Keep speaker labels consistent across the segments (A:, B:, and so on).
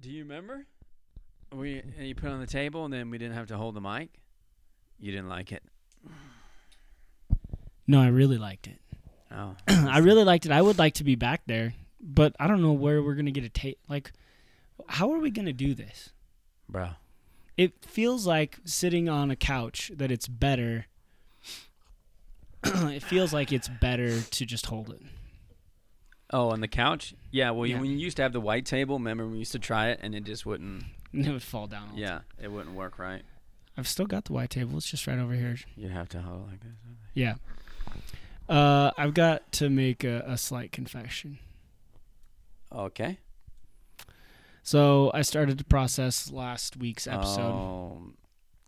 A: Do you remember?
B: We and you put it on the table, and then we didn't have to hold the mic. You didn't like it.
C: No, I really liked it.
B: Oh,
C: I really liked it. I would like to be back there, but I don't know where we're gonna get a tape. Like, how are we gonna do this?
B: bro.
C: It feels like sitting on a couch that it's better. it feels like it's better to just hold it.
B: Oh, on the couch? Yeah. Well, you
C: Yeah.
B: when you used to have the white table, remember when we used to try it and it just wouldn't.
C: And it would fall down. all the time.
B: Yeah, it wouldn't work right.
C: I've still got the white table. It's just right over here.
B: You'd have to hold it like this.
C: Yeah. Uh, I've got to make a, a slight confession.
B: Okay.
C: So I started the process last week's episode.
B: Um,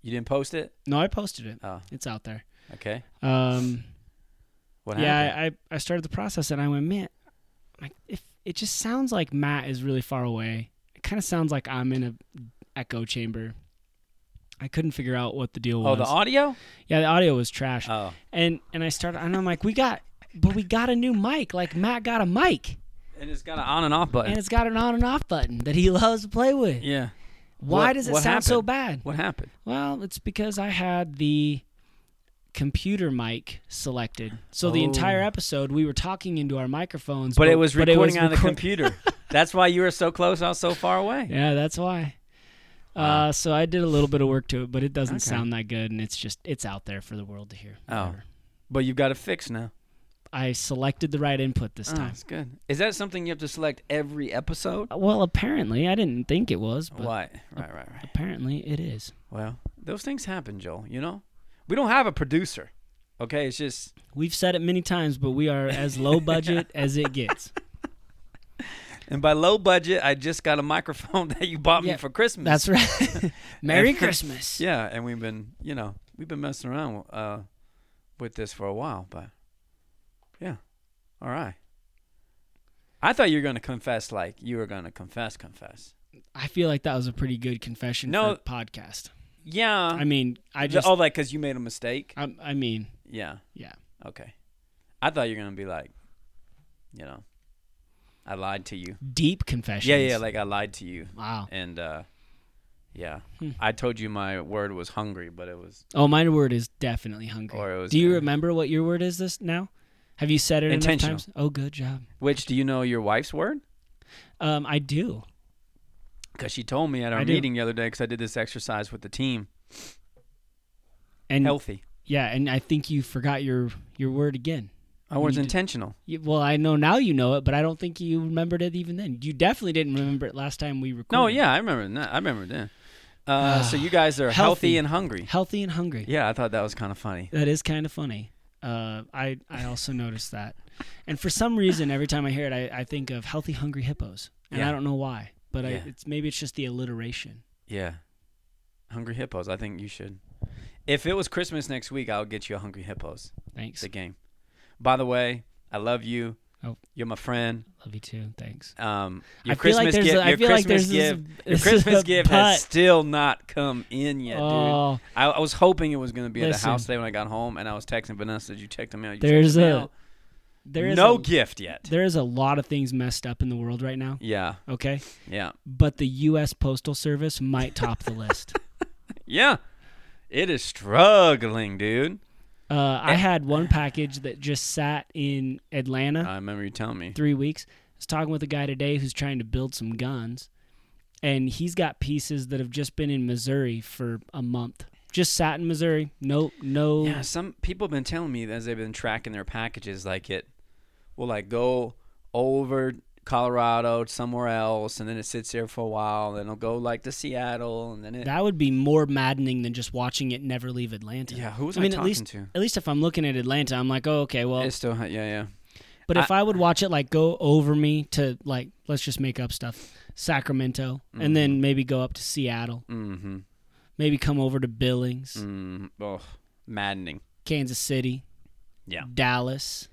B: you didn't post it.
C: No, I posted it.
B: Oh,
C: It's out there.
B: okay.
C: Um,
B: What happened?
C: yeah, I, I started the process and I went, man, like if it just sounds like Matt is really far away. It kind of sounds like I'm in a echo chamber. I couldn't figure out what the deal
B: oh,
C: was.
B: the audio.
C: yeah, the audio was trash.
B: Oh,
C: and and I started, and I'm like, we got, but we got a new mic. Like Matt got a mic,
B: and it's got an on and off button.
C: and it's got an on and off button that he loves to play with.
B: yeah.
C: Why
B: What-
C: does it
B: what
C: sound so
B: happened?
C: bad?
B: What happened?
C: Well, it's because I had the computer mic selected. So the
B: Oh.
C: entire episode we were talking into our microphones,
B: But it was
C: but
B: recording on the
C: record-
B: computer. That's why you were so close. I was so far away.
C: Yeah, that's why.
B: Wow.
C: Uh, so I did a little bit of work to it, but it doesn't
B: Ah. Okay.
C: sound that good, and it's just it's out there for the world to hear.
B: Oh.
C: Whatever.
B: But you've got it fixed now.
C: I selected the right input this
B: Oh,
C: time. Uh,
B: That's good. Is that something you have to select every episode?
C: Well, apparently I didn't think it was, but
B: Why? Right, right, right.
C: apparently it is.
B: Well, those things happen, Joel. You know, we don't have a producer. Okay, it's just
C: We've said it many times, but we are as low budget as it gets.
B: and by low budget, I just got a microphone that you bought
C: Yeah,
B: me for Christmas.
C: That's right. Merry Christmas.
B: yeah, and we've been, you know, we've been messing around uh, with this for a while, but yeah, all right. I thought you were gonna confess, like you were gonna confess, confess.
C: I feel like that was a pretty good confession
B: No. Uh,
C: for a podcast.
B: Yeah,
C: I mean, I just,
B: oh, like because you made a mistake.
C: I, I mean,
B: Yeah.
C: yeah.
B: Okay. I thought you were gonna be like, you know, I lied to you.
C: Deep confessions.
B: Yeah, yeah, like I lied to you,
C: wow.
B: and uh, yeah,
C: Hmm.
B: I told you my word was hungry, but it was
C: Oh, my word is definitely hungry.
B: Or it was
C: Do you
B: good.
C: remember what your word is this now? Have you said it enough
B: Intentional.
C: times? Oh, good job.
B: which do you know your wife's word?
C: Um, I do.
B: Because she told me at our
C: I do.
B: meeting the other day, because I did this exercise with the team,
C: And
B: healthy.
C: yeah, and I think you forgot your your word again.
B: My word's
C: you did-
B: intentional.
C: You, well, I know now you know it, but I don't think you remembered it even then. You definitely didn't remember it last time we recorded.
B: No, yeah, I remember that. I remember that. Uh, so you guys are healthy,
C: Healthy.
B: and hungry.
C: Healthy and hungry.
B: Yeah, I thought that was kind of funny.
C: That is kind of funny. Uh, I I also noticed that, and for some reason, every time I hear it, I, I think of healthy, hungry hippos, and
B: Yeah.
C: I don't know why, but I,
B: Yeah.
C: it's maybe it's just the alliteration.
B: Yeah, hungry hippos. I think you should. If it was Christmas next week, I'll get you a hungry hippos. It's
C: Thanks,
B: a game. By the way, I love you.
C: Oh.
B: You're my friend.
C: love you too. Thanks.
B: Um, your
C: I feel like
B: Christmas
C: there's
B: gift,
C: a- I
B: your
C: feel like
B: Christmas
C: there's this-
B: gift, your
C: this
B: Christmas
C: is a
B: gift has
C: butt.
B: still not come in yet, dude.
C: oh,
B: I, I was hoping it was gonna be at the
C: Listen.
B: house today when I got home, and I was texting Vanessa, "Did you check the mail? You checked
C: There's
B: the
C: a-
B: mail?
C: there is
B: no
C: a,
B: gift yet."
C: there is a lot of things messed up in the world right now.
B: Yeah,
C: Okay,
B: yeah,
C: but the U.S. Postal Service might top the list.
B: yeah. It is struggling, dude.
C: Uh, I had one package that just sat in Atlanta.
B: I remember you telling me.
C: three weeks. I was talking with a guy today who's trying to build some guns, and he's got pieces that have just been in Missouri for a month. Just sat in Missouri. No, no.
B: Yeah, some people have been telling me as they've been tracking their packages, like it will like go over Colorado to somewhere else, and then it sits there for a while, then it'll go like to Seattle, and then it.
C: That would be more maddening than just watching it never leave Atlanta.
B: yeah, who was I,
C: I mean, at
B: talking
C: least
B: to?
C: at least if I'm looking at Atlanta, I'm like, oh, okay, well.
B: It's still, hot, yeah, yeah.
C: but if I, would watch it like go over me to like let's just make up stuff, Sacramento, and then maybe go up to Seattle,
B: Mm-hmm.
C: maybe come over to Billings,
B: Mm, oh, maddening.
C: Kansas City,
B: Yeah.
C: Dallas.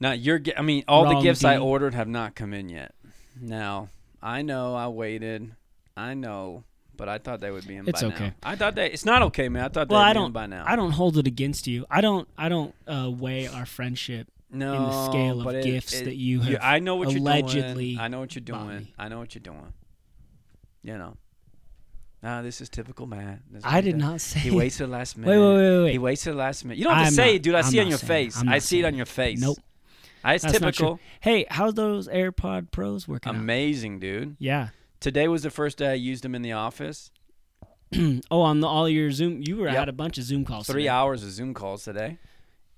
B: Now your, gi- I mean, all the
C: Wrong
B: gifts I
C: D.
B: ordered have not come in yet. Now I know I waited. I know, but I thought they would be in.
C: It's
B: by Now.
C: okay.
B: I thought they. It's not okay, man. I thought
C: Well,
B: they'd
C: I
B: be in
C: don't-
B: by now.
C: I don't hold it against you. I don't. I don't uh, weigh our friendship
B: no,
C: in the scale of
B: but it-
C: gifts
B: it-
C: that you have.
B: I know what
C: allegedly
B: you're doing. I know what you're
C: bought
B: doing.
C: me.
B: I know what you're doing. You know, ah, this is typical Matt. This is what
C: I
B: he
C: did
B: does.
C: not say.
B: He waits till the last minute.
C: Wait, wait, wait,
B: He
C: wait.
B: waits till the last minute. You don't have
C: I'm
B: to say
C: not-
B: it, dude. I
C: I'm
B: see it on
C: not
B: your
C: saying it.
B: face.
C: I'm
B: I
C: not
B: see it
C: saying
B: on
C: it.
B: your face.
C: Nope.
B: I, it's
C: That's not true.
B: typical.
C: Hey, how's those AirPod Pros working? out?
B: Amazing, dude.
C: Yeah.
B: Today was the first day I used them in the office.
C: oh, on the, all your Zoom, you were
B: Yep.
C: had a bunch of Zoom calls.
B: Three
C: today.
B: hours of Zoom calls today,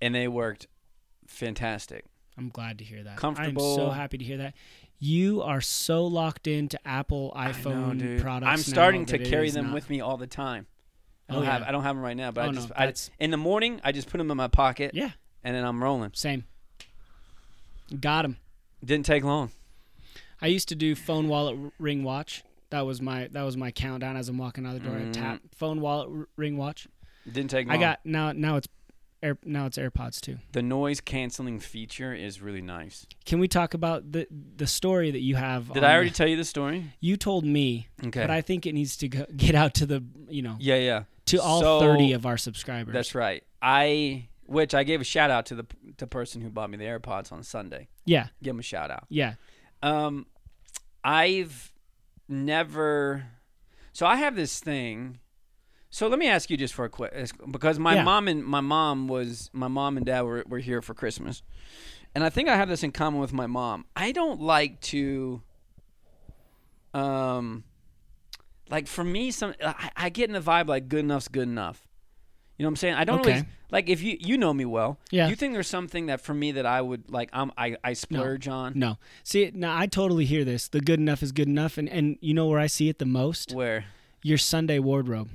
B: and they worked fantastic.
C: I'm glad to hear that. I'm so
B: Comfortable.
C: happy to hear that. You are so locked into Apple
B: I know,
C: iPhone
B: dude.
C: products.
B: I'm
C: now
B: starting to
C: that it
B: carry
C: is
B: them
C: not-
B: with me all the time. I
C: Oh,
B: don't have
C: yeah.
B: I don't have them right now, but
C: Oh,
B: I
C: no,
B: just I,
C: that's-
B: in the morning I just put them in my pocket
C: Yeah,
B: and then I'm rolling.
C: same. Got them.
B: Didn't take long.
C: I used to do phone wallet r- ring watch. That was my that was my countdown as I'm walking out the door. I
B: Mhm.
C: tap phone wallet r- ring watch.
B: Didn't take long.
C: I got now now it's air, now it's AirPods too.
B: the noise canceling feature is really nice.
C: Can we talk about the the story that you have?
B: Did
C: on
B: I
C: the-
B: already tell you the story?
C: you told me,
B: Okay.
C: but Oh, I think it needs to go, get out to the you know
B: yeah, yeah.
C: to all
B: So,
C: 30 of our subscribers.
B: That's right. I which I gave a shout out to the the person who bought me the AirPods on Sunday.
C: yeah,
B: Give him a shout out.
C: yeah.
B: Um, I've never. So I have this thing. So let me ask you just for a quick, because my
C: Yeah.
B: mom and my mom was my mom and dad were were here for Christmas, and I think I have this in common with my mom. I don't like to. Um, like for me, some I, I get in the vibe like good enough's good enough. You know what I'm saying? I don't really
C: Okay.
B: like if you you know me well.
C: Yeah.
B: You think there's something that for me that I would like I'm I I splurge on
C: No. See, now I totally hear this. The good enough is good enough and and you know where I see it the most?
B: where
C: Your Sunday wardrobe.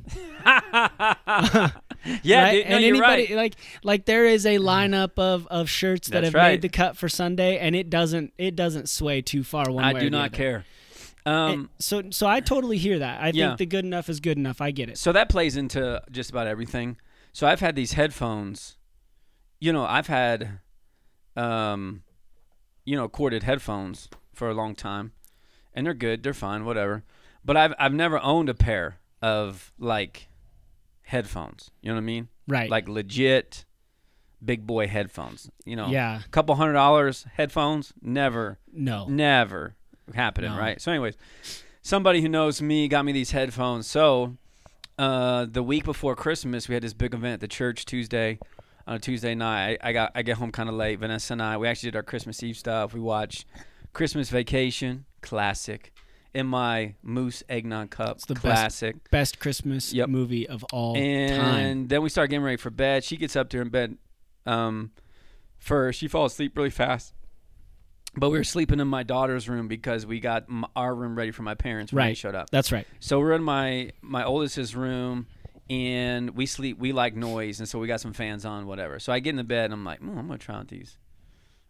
B: Yeah,
C: right?
B: dude, no,
C: and
B: you're
C: anybody
B: right.
C: like like there is a lineup of of shirts that
B: That's
C: have made
B: right.
C: the cut for Sunday and it doesn't it doesn't sway too far one
B: I
C: way or
B: do
C: the
B: not
C: other.
B: care.
C: It-
B: Um,
C: so so I totally hear that. I
B: Yeah.
C: think the good enough is good enough. I get it.
B: so that plays into just about everything. So I've had these headphones. You know, I've had, um, you know, corded headphones for a long time, and they're good. They're fine, whatever. But I've I've never owned a pair of like headphones. You know what I mean?
C: Right.
B: Like legit big boy headphones. You know,
C: Yeah.
B: a couple hundred dollars headphones. Never.
C: No.
B: never happening,
C: No.
B: right? So, anyways, somebody who knows me got me these headphones. So, uh, the week before Christmas, we had this big event at the church Tuesday. On a Tuesday night, I, I got I get home kind of late. Vanessa and I we actually did our Christmas Eve stuff. We watched Christmas Vacation, classic, in my moose eggnog cup,
C: It's the best
B: classic.
C: Best Christmas
B: Yep.
C: movie of all
B: and
C: time.
B: then we start getting ready for bed. She gets up there in bed um, first. She falls asleep really fast. But we were sleeping in my daughter's room because we got m- our room ready for my parents when they
C: Right.
B: showed up.
C: That's right.
B: So we're in my my oldest's room, and we sleep. We like noise, and so we got some fans on, whatever. So I get in the bed, and I'm like, mm, I'm gonna try out these.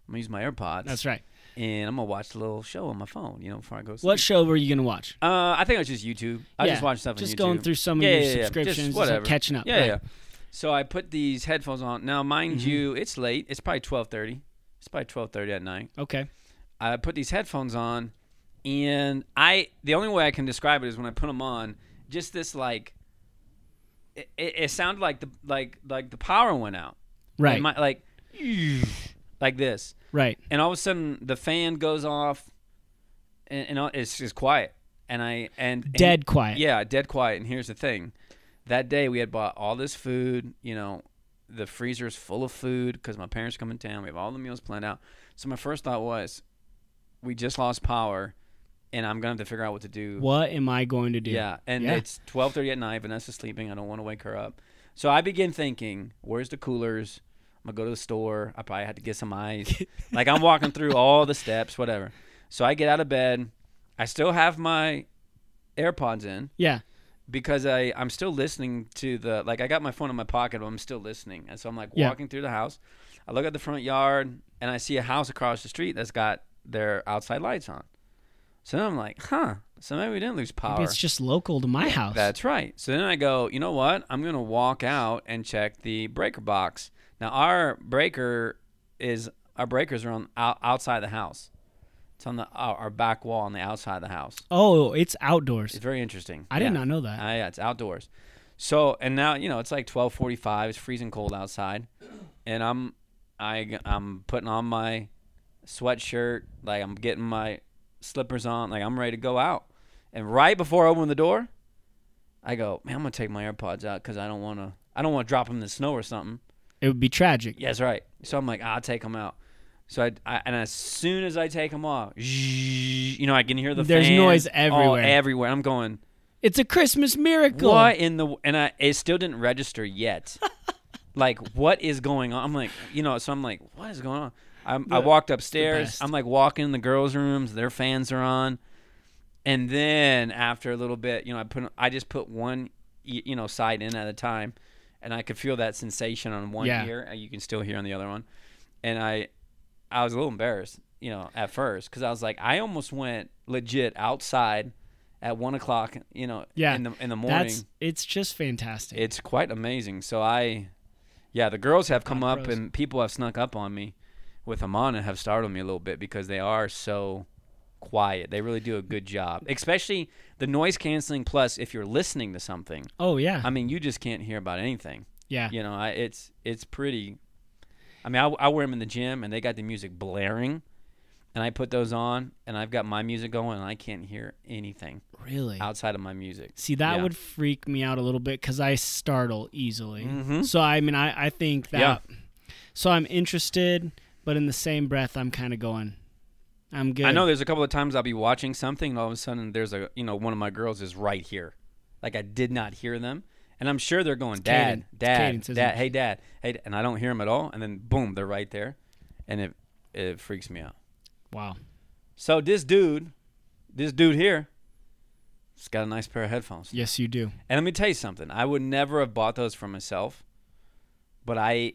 B: I'm gonna use my AirPods,
C: That's right.
B: and I'm gonna watch a little show on my phone, you know, before I go. to Sleep.
C: What show were you going to watch?
B: Uh, I think it was just YouTube. I
C: Yeah,
B: just watched stuff. on
C: Just
B: YouTube.
C: going through some of
B: Yeah,
C: your
B: yeah, yeah. Just
C: subscriptions, just, like,
B: whatever.
C: catching up.
B: Yeah,
C: right. Mm-hmm.
B: yeah. So I put these headphones on. Now, mind you, it's late. It's probably twelve thirty. It's probably twelve thirty at night.
C: Okay.
B: I put these headphones on, and I the only way I can describe it is when I put them on. Just this like, it, it, it sounded like the like like the power went out. Like
C: Right.
B: my- like, like this,
C: right.
B: and all of a sudden the fan goes off, and, and all- it's just quiet. And I and and-
C: Dead quiet.
B: yeah, dead quiet. And here's the thing: that day we had bought all this food. You know, the freezer's full of food because my parents come in town. We have all the meals planned out. So my first thought was, we just lost power, and I'm gonna have to figure out what to do.
C: What am I going to do?
B: Yeah, and
C: Yeah.
B: it's 12:30 at night. Vanessa's sleeping. I don't want to wake her up. So I begin thinking, where's the coolers? I'm gonna go to the store. I probably had to get some ice. like I'm walking through all the steps, whatever. So I get out of bed. I still have my AirPods in
C: Yeah.
B: because I I'm still listening to the like I got my phone in my pocket, but I'm still listening, and so I'm like
C: Yeah.
B: walking through the house. I look at the front yard, and I see a house across the street that's got their outside lights on. So then I'm like, huh. So maybe we didn't lose
C: Maybe
B: power.
C: it's just local to my house.
B: That's right. So then I go, you know what? I'm gonna walk out and check the breaker box. Now our breaker is our breakers are on out, outside the house. It's on the our our back wall on the outside of the house.
C: oh, it's outdoors.
B: It's very interesting.
C: I did
B: Yeah.
C: not know that.
B: Uh, yeah, it's outdoors. So and now you know it's like twelve forty five. It's freezing cold outside, and I'm I I'm putting on my sweatshirt. Like I'm getting my slippers on. Like I'm ready to go out. And right before I open the door, I go, man, I'm gonna take my AirPods out because I don't wanna, I don't wanna drop them in the snow or something.
C: It would be tragic.
B: Yeah, that's right. So I'm like, I'll take them out. So I, I and as soon as I take them off, you know, I can hear the
C: There's
B: fans
C: noise
B: all
C: everywhere.
B: everywhere. I'm going.
C: It's a Christmas miracle.
B: What in the and I it still didn't register yet. like what is going on? I'm like, you know, so I'm like, what is going on? I'm, I
C: The-
B: walked upstairs.
C: best.
B: I'm like walking in the girls' rooms. Their fans are on, and then after a little bit, you know, I put I just put one, y- you know, side in at a time, and I could feel that sensation on one
C: Yeah.
B: ear, and you can still hear on the other one, and I, I was a little embarrassed, you know, at first because I was like, I almost went legit outside at one o'clock, you know,
C: Yeah,
B: in the in the morning.
C: That's it's just fantastic.
B: It's quite amazing. So I, yeah, the girls have come
C: Pod
B: up
C: pros.
B: and people have snuck up on me with them on and have startled me a little bit because they are so quiet. They really do a good job, especially the noise canceling. Plus, if you're listening to something,
C: oh yeah,
B: I mean, you just can't hear about anything.
C: yeah.
B: You know, I, it's it's pretty. I mean, I, I wear them in the gym and they got the music blaring, and I put those on and I've got my music going and I can't hear anything
C: Really.
B: outside of my music.
C: See, that
B: Yeah.
C: would freak me out a little bit because I startle easily.
B: Mhm.
C: So I mean, I I think that.
B: Yeah.
C: So I'm interested, but in the same breath, I'm kind of going. I'm good.
B: I know there's a couple of times I'll be watching something and all of a sudden there's a you know one of my girls is right here, like I did not hear them, and I'm sure they're going dad,
C: caden- it's
B: dad,
C: cadence, isn't
B: dad,
C: it?
B: hey dad, hey, d-" and I don't hear them at all, and then boom they're right there, and it it freaks me out.
C: Wow.
B: So this dude, this dude here, he's got a nice pair of headphones,
C: Yes, you do.
B: and let me tell you something, I would never have bought those for myself, but I,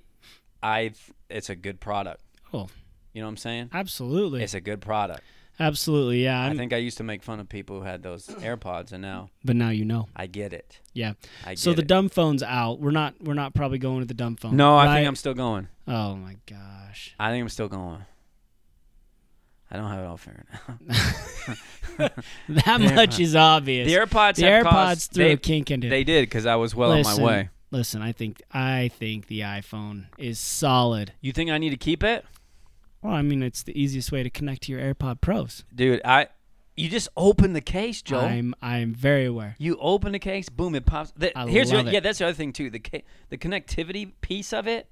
B: I, it's a good product.
C: Oh.
B: You know what I'm saying?
C: Absolutely.
B: It's a good product.
C: Absolutely. Yeah.
B: I
C: I'm-
B: think I used to make fun of people who had those AirPods, and now
C: but now you know.
B: I get it.
C: Yeah.
B: I get
C: So the
B: it.
C: dumb phone's out. We're not. We're not probably going to the dumb phone.
B: no, I
C: Right?
B: think I'm still going.
C: Oh my gosh.
B: I think I'm still going. I don't have it all figured out.
C: That
B: The
C: much
B: AirPod-
C: is obvious.
B: The AirPods,
C: The
B: have
C: AirPods
B: caused,
C: threw
B: they,
C: a kink into it.
B: they did because I was well on
C: Listen,
B: my way.
C: Listen, I think I think the iPhone is solid.
B: You think I need to keep it,
C: Well, I mean, it's the easiest way to connect to your AirPod Pros.
B: dude? I you just open the case, Joe.
C: I'm I'm very aware.
B: you open the case, boom, it pops. The,
C: I
B: here's the-
C: love it.
B: yeah, that's the other thing too. The ca- the connectivity piece of it.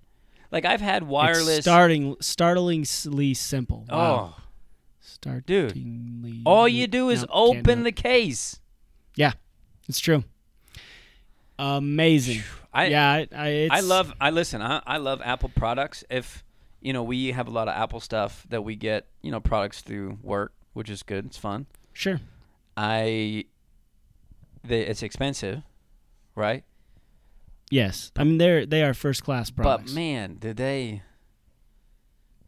B: Like I've had
C: It's
B: wireless.
C: starting startlingly simple.
B: oh,
C: Wow. startlingly.
B: all you do is
C: Nope, can't
B: open
C: do
B: the case.
C: it. It's true. Amazing.
B: I,
C: yeah, I, I, it's,
B: I love. I listen. I, I love Apple products. If you know, we have a lot of Apple stuff that we get. You know, products through work, which is good. It's fun.
C: Sure.
B: I. They, it's expensive, right?
C: Yes. I mean, they're they are first class products.
B: But man, did they.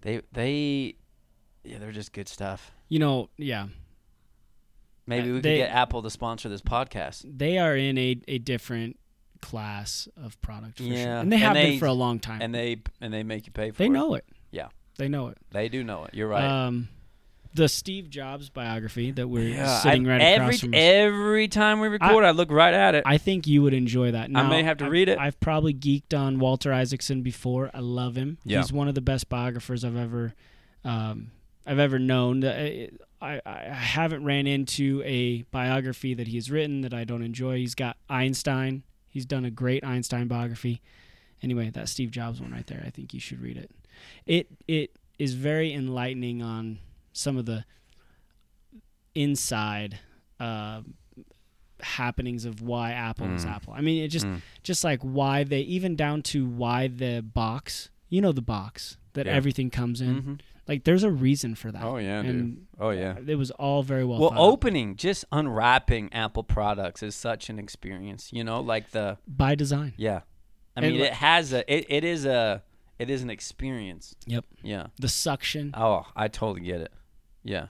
B: They they, yeah, they're just good stuff.
C: you know, yeah,
B: Maybe
C: Uh,
B: we
C: they-
B: could get Apple to sponsor this podcast.
C: they are in a, a different class of product. For sure.
B: Yeah,
C: and they
B: and
C: have
B: they-
C: been for a long time.
B: And they and they make you pay for
C: Mm-hmm. they
B: it.
C: know it.
B: Yeah.
C: They know it.
B: They do know it. You're right.
C: Um, the Steve Jobs biography that we're
B: yeah,
C: sitting
B: I,
C: right
B: every
C: across from. us.
B: every time we record, I, look right at it.
C: I think you would enjoy that.
B: I
C: Now,
B: may have to
C: I've-
B: read it.
C: I've probably geeked on Walter Isaacson before. I love him.
B: Yeah.
C: He's one of the best biographers I've ever, um, I've ever known. Uh, I, I, I haven't ran into a biography that he's written that I don't enjoy. He's got Einstein. He's done a great Einstein biography. Anyway, that Steve Jobs one right there. I think you should read it. It it is very enlightening on some of the inside uh, happenings of why Apple is
B: Mm.
C: Apple. I mean, it just
B: Mm.
C: just like why they even down to why the box. You know the box that
B: Yeah.
C: everything comes in.
B: Mhm.
C: Like there's a reason for Mm-hmm. that.
B: Oh yeah, dude.
C: and
B: Oh yeah.
C: it was all very well.
B: Well,
C: thought out.
B: opening, just unwrapping Apple products is such an experience. You know, like the
C: by design.
B: yeah. I
C: And
B: mean,
C: li-
B: it has a it, it is a it is an experience.
C: Yep.
B: Yeah.
C: The suction.
B: Oh, I totally get it. Yeah.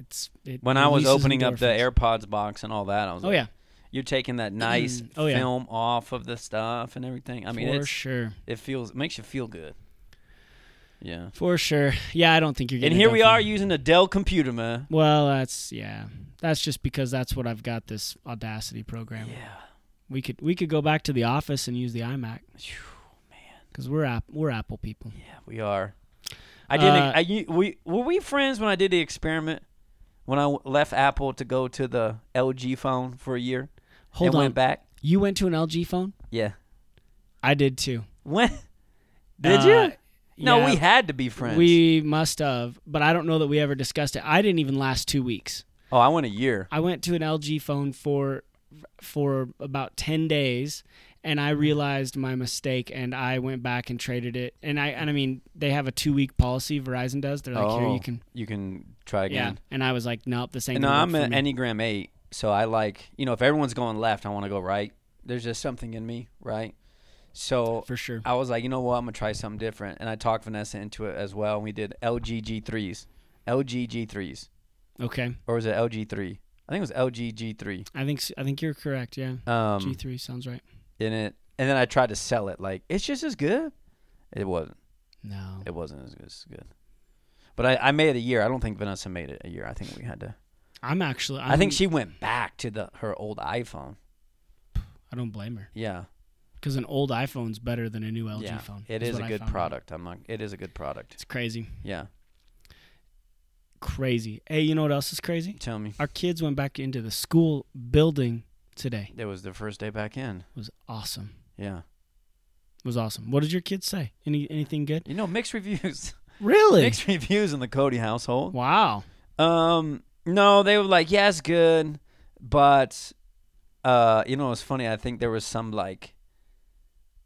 C: It's it
B: When I was
C: releases
B: opening up the
C: endorphins.
B: AirPods box and all that, I was
C: Oh
B: like,
C: yeah,
B: you're taking that nice
C: Oh, yeah.
B: film off of the stuff and everything. I mean,
C: for
B: it's,
C: sure.
B: it feels it makes you feel good. Yeah.
C: For sure. Yeah, I don't think you're
B: And
C: getting.
B: here
C: it
B: we
C: done
B: are
C: for me.
B: using a Dell computer, man.
C: Well, that's yeah. That's just because that's what I've got this Audacity program.
B: Yeah.
C: We could we could go back to the office and use the iMac
B: Phew.
C: because we're app we're Apple people.
B: Yeah, we are. I did.
C: Uh,
B: I, you, we were we friends when I did the experiment when I w- left Apple to go to the LG phone for a year
C: Hold
B: and
C: on.
B: went back.
C: You went to an LG phone?
B: Yeah.
C: I did too.
B: When? Did
C: Uh,
B: you? No,
C: yeah,
B: we had to be friends.
C: We must have, but I don't know that we ever discussed it. I didn't even last two weeks.
B: oh, I went a year.
C: I went to an LG phone for for about ten days, and
B: Mm-hmm.
C: I realized my mistake, and I went back and traded it. And I and I mean, they have a two week policy. Verizon does. They're like, here you
B: Oh,
C: can,
B: You can try
C: yeah.
B: again.
C: And I was like, nope, this ain't.
B: And no,
C: gonna work
B: I'm
C: for
B: an
C: me.
B: Enneagram 8, so I like, you know, if everyone's going left, I want to go right. There's just something in me, right? So
C: for sure.
B: I was like, you know what? I'm gonna try something different, and I talked Vanessa into it as well. And we did LG G3s, LG G3s,
C: Okay,
B: or was it LG three? I think it was LG
C: I think s- I think you're correct. Yeah,
B: G3. Um,
C: G three sounds right.
B: in it, and then I tried to sell it. Like it's just as good. It wasn't.
C: No,
B: It wasn't as good. As good. But I, I made it a year. I don't think Vanessa made it a year. I think we had to.
C: I'm actually.
B: i
C: I,
B: think
C: don't-
B: she went back to the her old iPhone.
C: I don't blame her
B: Yeah,
C: because an old iPhone's better than a new LG
B: yeah.
C: phone.
B: It
C: is
B: is
C: what
B: a
C: I
B: good
C: found out.
B: product. I'm not. It is a good product.
C: It's crazy,
B: Yeah.
C: crazy. Hey, you know what else is crazy?
B: Tell me.
C: Our kids went back into the school building today.
B: It was the first day back in.
C: It was awesome.
B: Yeah.
C: It was awesome. What did your kids say? Any anything good?
B: You know, mixed reviews.
C: Really?
B: Mixed reviews in the Cody household.
C: wow.
B: Um, no, they were like, yeah, it's good, but uh, you know, it's funny. I think there was some like,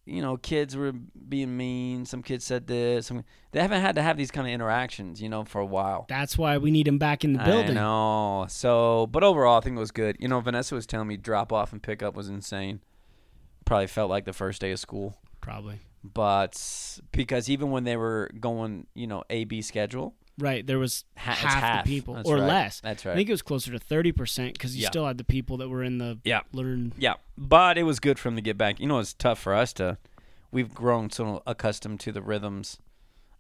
B: you know, kids were being mean. Some kids said this. Some, they haven't had to have these kind of interactions, you know, for a while.
C: That's why we need them back in the
B: I
C: building.
B: know. So, but overall, I think it was good. You know, Vanessa was telling me drop off and pick up was insane. Probably felt like the first day of school
C: Probably.
B: but because even when they were going, you know, A B schedule,
C: Right. There was
B: ha- it's
C: half,
B: half
C: the people
B: That's
C: or
B: right.
C: less.
B: That's
C: I
B: right.
C: think it was closer to thirty percent because you
B: Yeah.
C: still had the people that were in the
B: Yeah.
C: learn.
B: yeah, but it was good for them to get back. You know, it's tough for us to. We've grown so accustomed to the rhythms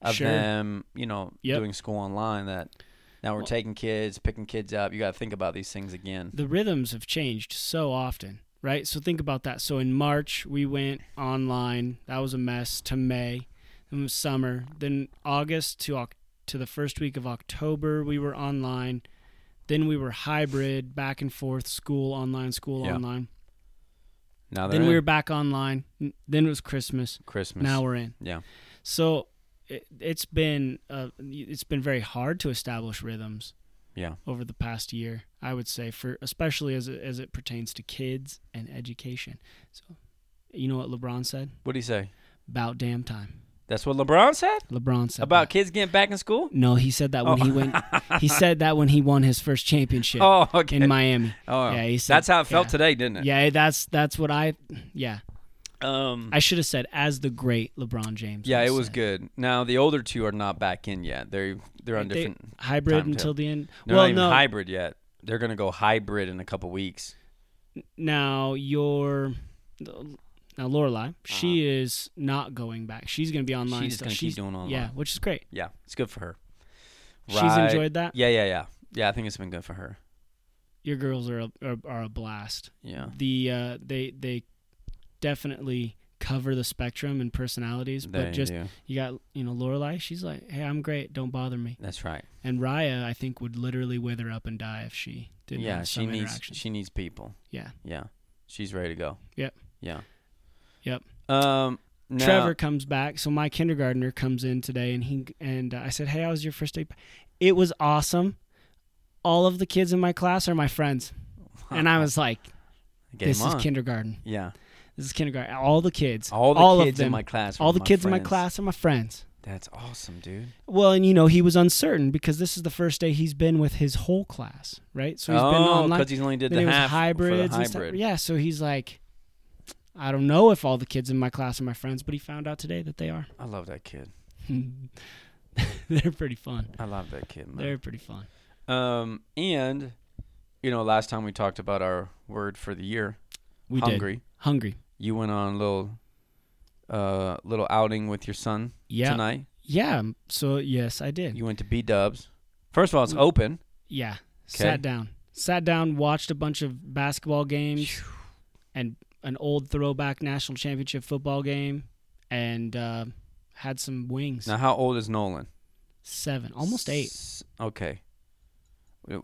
B: of
C: Sure.
B: them, you know,
C: Yep.
B: doing school online that now we're
C: Well-
B: taking kids, picking kids up. You got to think about these things again.
C: The rhythms have changed so often, right? So think about that. So in March we went online. That was a mess. To May, then it was summer. Then August to Oc- to the first week of October we were online. Then we were hybrid, back and forth, school online, school
B: Yeah.
C: online.
B: Now they're
C: Then we
B: in
C: were back online. N- Then it was Christmas.
B: Christmas.
C: Now we're in.
B: yeah,
C: So it, it's been uh, it's been very hard to establish rhythms
B: yeah,
C: over the past year. I would say for especially as it, as it pertains to kids and education. So you know what LeBron said?
B: what do you say?
C: About damn time.
B: That's what LeBron said
C: LeBron said
B: about
C: that.
B: kids getting back in school.
C: No, he said that when
B: Oh.
C: he went. He said that when he won his first championship
B: Oh, okay.
C: in Miami.
B: oh,
C: yeah, he said-
B: that's how it felt
C: yeah.
B: today, didn't it?
C: Yeah, that's that's what I. Yeah,
B: Um,
C: I should have said as the great LeBron James.
B: Yeah,
C: would
B: it
C: have
B: was
C: said.
B: good. Now the older two are not back in yet. They're they're on
C: They-
B: different.
C: hybrid
B: Time to-
C: until the end.
B: They're
C: well,
B: not even
C: no.
B: hybrid yet. They're gonna go hybrid in a couple weeks.
C: now your now Lorelai, she is not going back. She's going to be
B: Uh-huh.
C: online.
B: She's just
C: still.
B: gonna
C: she's
B: keep doing online.
C: yeah, which is great.
B: yeah, it's good for her.
C: She's
B: Right.
C: enjoyed that.
B: Yeah, yeah, yeah, yeah. I think it's been good for her.
C: Your girls are a, are, are a blast.
B: Yeah,
C: The uh, they they definitely cover the spectrum in personalities,
B: they
C: but just
B: do.
C: you got you know Lorelai. She's like, hey, I'm great. Don't bother me.
B: That's right.
C: And Raya, I think, would literally wither up and die if she didn't
B: yeah,
C: have
B: she
C: some
B: needs
C: interaction.
B: she needs people.
C: yeah.
B: Yeah, she's ready to go.
C: Yep.
B: Yeah.
C: Yep.
B: Um. Now,
C: Trevor comes back. So my kindergartner comes in today, and he and uh, I said, "Hey, how was your first day?" back?" It was awesome. All of the kids in my class are my friends, and I was like,
B: Get
C: "This
B: him
C: is
B: on.
C: kindergarten.
B: Yeah.
C: This is kindergarten. All the kids,
B: All the
C: of
B: kids
C: them,
B: in my class. were
C: all the kids in my
B: friends.
C: class are my friends."
B: That's awesome, dude.
C: Well, and you know he was uncertain because this is the first day he's been with his whole class, right? So he's been
B: oh,
C: online.
B: because he only did
C: then
B: the
C: it was
B: half
C: hybrids
B: for the
C: and stuff.
B: hybrid.
C: Yeah, so he's like, "I don't know if all the kids in my class are my friends," but he found out today that they are.
B: I love that kid.
C: They're pretty fun.
B: I love that kid, man.
C: They're pretty fun.
B: Um, and you know, last time we talked about our word for the year,
C: We
B: hungry.
C: did. Hungry.
B: You went on a little, uh, little outing with your son
C: Yeah.
B: tonight.
C: Yeah. m- So yes, I did.
B: You went to B Dubs. First of all, it's open.
C: yeah.
B: 'Kay.
C: Sat down. Sat down, watched a bunch of basketball games and an old throwback national championship football game and uh, had some wings.
B: Now, how old is Nolan?
C: Seven. Almost eight.
B: S- okay.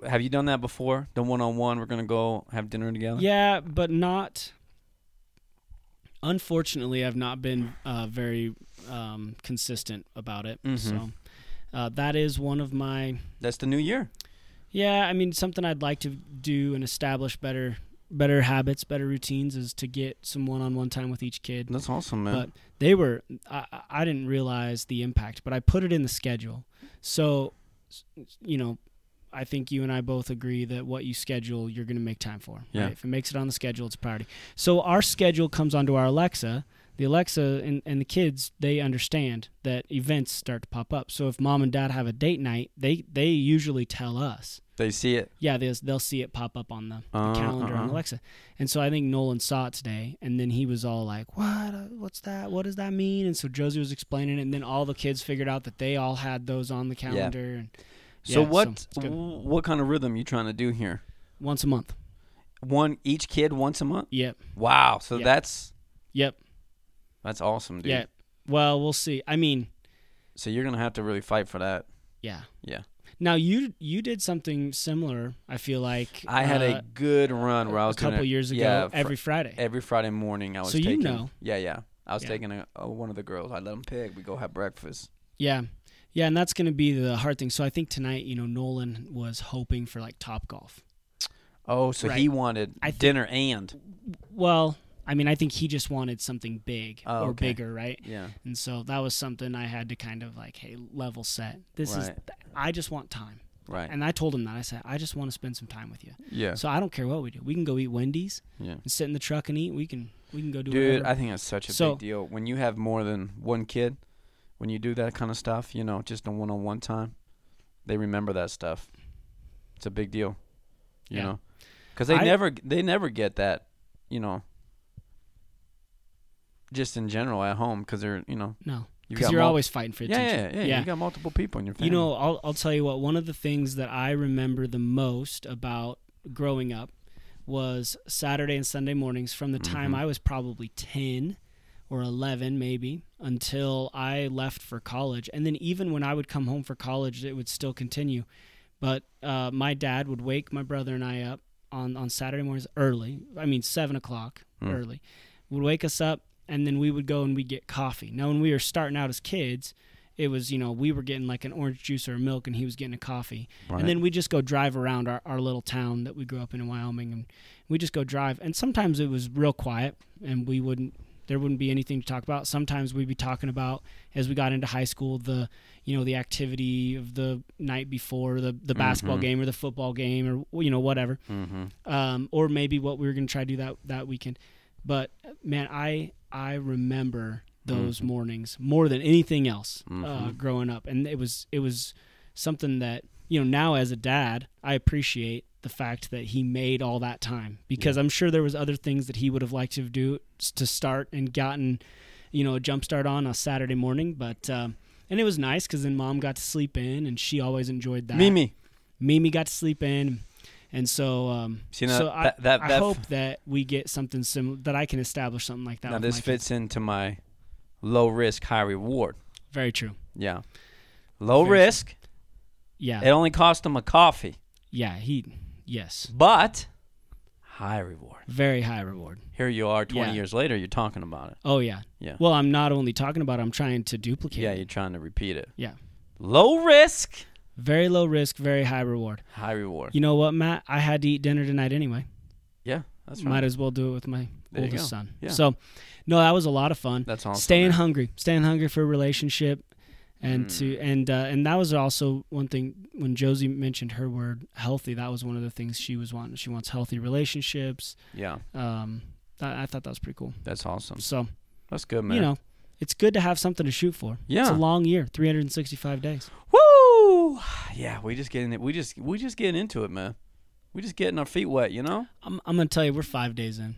B: Have you done that before? The one on one, we're gonna go have dinner together.
C: Yeah, but not. Unfortunately, I've not been uh, very um, consistent about it.
B: Mhm.
C: So uh, that is one of my.
B: That's the new year.
C: Yeah, I mean, something I'd like to do and establish better, better habits, better routines is to get some one-on-one time with each kid.
B: That's awesome, man.
C: But they were, I, I- I didn't realize the impact, but I put it in the schedule. So, s- you know, I think you and I both agree that what you schedule, you're going to make time for.
B: Yeah.
C: Right? If it makes it on the schedule, it's a priority. So our schedule comes onto our Alexa. The Alexa and, and the kids, they understand that events start to pop up. So if mom and dad have a date night, they, they usually tell us.
B: they see it.
C: Yeah, they'll, they'll see it pop up on the
B: Uh,
C: calendar on
B: uh-uh.
C: Alexa. And so I think Nolan saw it today, and then he was all like, "What? Uh, What's that? What does that mean?" And so Josie was explaining, it, and then all the kids figured out that they all had those on the calendar. And
B: So
C: Yeah,
B: what?
C: it's good.
B: wh- what kind of rhythm you trying to do here?
C: once a month.
B: One each kid once a month.
C: Yep.
B: Wow. So
C: Yeah.
B: that's
C: Yep.
B: that's awesome, dude.
C: Yeah. Well, we'll see. I mean,
B: So you're gonna have to really fight for that.
C: yeah.
B: Yeah.
C: Now you you did something similar. I feel like
B: I had
C: uh,
B: a good run where I
C: a
B: was doing
C: couple
B: it-
C: years ago
B: yeah, fr- eh
C: every Friday.
B: every Friday morning. I was
C: So you
B: taking,
C: know.
B: Yeah, yeah. I was
C: Yeah.
B: taking a, a, one of the girls. I let them pick. We go have breakfast.
C: Yeah. Yeah, and that's going to be the hard thing. So I think tonight, you know, Nolan was hoping for like Top Golf.
B: Oh, so
C: Right.
B: he wanted
C: I thi-
B: dinner and
C: Well, I mean, I think he just wanted something big
B: Oh,
C: or
B: okay.
C: bigger, right?
B: yeah.
C: And so that was something I had to kind of like, hey, level set. This is,
B: Right.
C: I just want time.
B: Right.
C: And I told him that. I said, I just want to spend some time with you.
B: yeah.
C: So I don't care what we do. We can go eat Wendy's
B: Yeah.
C: and sit in the truck and eat. We can, we can go do
B: Dude,
C: whatever.
B: I think that's such a
C: So-
B: big deal. When you have more than one kid, when you do that kind of stuff, you know, just a one on one time, they remember that stuff. It's a big deal. You
C: Yeah.
B: know? Cuz they
C: I-
B: never they never get that, you know, just in general at home cuz they're, you know,
C: no,
B: you
C: because
B: got
C: you're
B: mul-
C: always fighting for
B: yeah,
C: attention.
B: yeah, yeah, You got multiple people in your family.
C: You know, I'll, I'll tell you what, one of the things that I remember the most about growing up was Saturday and Sunday mornings from the time
B: Mhm.
C: I was probably 10 or 11, maybe, until I left for college. And then even when I would come home for college, it would still continue. But uh, my dad would wake my brother and I up on, on Saturday mornings early. I mean, 7 o'clock
B: Hmm.
C: early. Would wake us up, and then we would go and we'd get coffee. Now, when we were starting out as kids, it was you know we were getting like an orange juice or a milk and he was getting a coffee
B: Right.
C: and then we just go drive around our, our little town that we grew up in in wyoming and we just go drive and sometimes it was real quiet and we wouldn't there wouldn't be anything to talk about sometimes we'd be talking about as we got into high school the you know the activity of the night before the, the basketball
B: Mhm.
C: game or the football game or you know whatever
B: mm-hmm.
C: um, or maybe what we were going to try to do that that weekend. But man, I I remember those
B: Mhm.
C: mornings more than anything else uh,
B: Mhm.
C: growing up, and it was it was something that you know now as a dad I appreciate the fact that he made all that time because I'm sure there was other things that he would have liked to do s- to start and gotten you know a jump start on a Saturday morning, but. Um, and it was nice because then mom got to sleep in, and she always enjoyed that.
B: Mimi,
C: Mimi got to sleep in, and so um,
B: See, now
C: so
B: that-
C: I,
B: that-
C: I
B: that-
C: hope that we get something similar that I can establish something like that.
B: now
C: with
B: this
C: my
B: fits
C: kids.
B: into my low risk, high reward.
C: very true.
B: Yeah. Low
C: Very true.
B: risk.
C: Yeah,
B: It only cost him a coffee,
C: yeah. He, yes,
B: but high reward.
C: very high reward.
B: Here you are 20
C: Yeah.
B: years later, you're talking about it.
C: Oh yeah.
B: Yeah.
C: Well, I'm not only talking about. it, I'm trying to duplicate.
B: Yeah,
C: it.
B: you're trying to repeat it.
C: Yeah.
B: Low risk,
C: Very low risk, very high reward.
B: high reward.
C: You know what, Matt? I had to eat dinner tonight anyway.
B: Yeah, that's right.
C: Might as well do it with my
B: There you go.
C: oldest son.
B: Yeah.
C: So, no, that was a lot of fun.
B: That's awesome.
C: staying
B: man.
C: hungry, staying hungry for a relationship, and
B: Mm.
C: to and uh, and that was also one thing when Josie mentioned her word healthy. That was one of the things she was wanting. She wants healthy relationships.
B: Yeah,
C: Um, I, I thought that was pretty cool.
B: that's awesome.
C: So
B: That's good, man.
C: you know, it's good to have something to shoot for. It's
B: Yeah.
C: a long year, 365 days.
B: Woo! Yeah, we just getting it. We just we just getting into it, man. We just getting our feet wet, you know?
C: I'm I'm gonna tell you, we're five days in,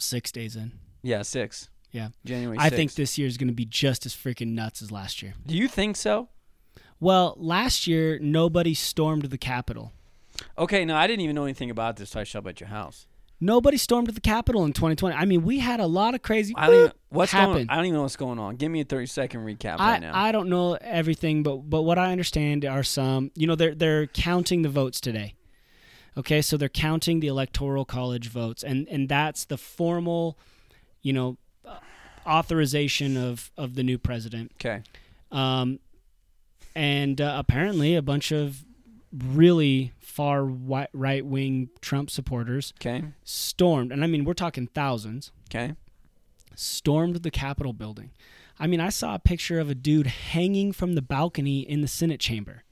C: six days in.
B: Yeah, 6.
C: Yeah.
B: January 6th.
C: I think this year is gonna be just as freaking nuts as last year.
B: Do you think so?
C: Well, last year nobody stormed the Capitol.
B: Okay, no, I didn't even know anything about this till I shop at your house.
C: Nobody stormed the Capitol in 2020. I mean, we had a lot of crazy.
B: I don't even, what's going.
C: happened.
B: I don't even know what's going on. Give me a thirty second recap
C: I,
B: right now.
C: I don't know everything, but but what I understand are some. You know, they're they're counting the votes today. Okay, so they're counting the electoral college votes, and and that's the formal, you know, uh, authorization of of the new president.
B: okay.
C: Um, and uh, apparently, a bunch of really far right wing Trump supporters
B: Okay.
C: stormed, and I mean, we're talking thousands,
B: Okay.
C: stormed the Capitol building. I mean, I saw a picture of a dude hanging from the balcony in the Senate chamber,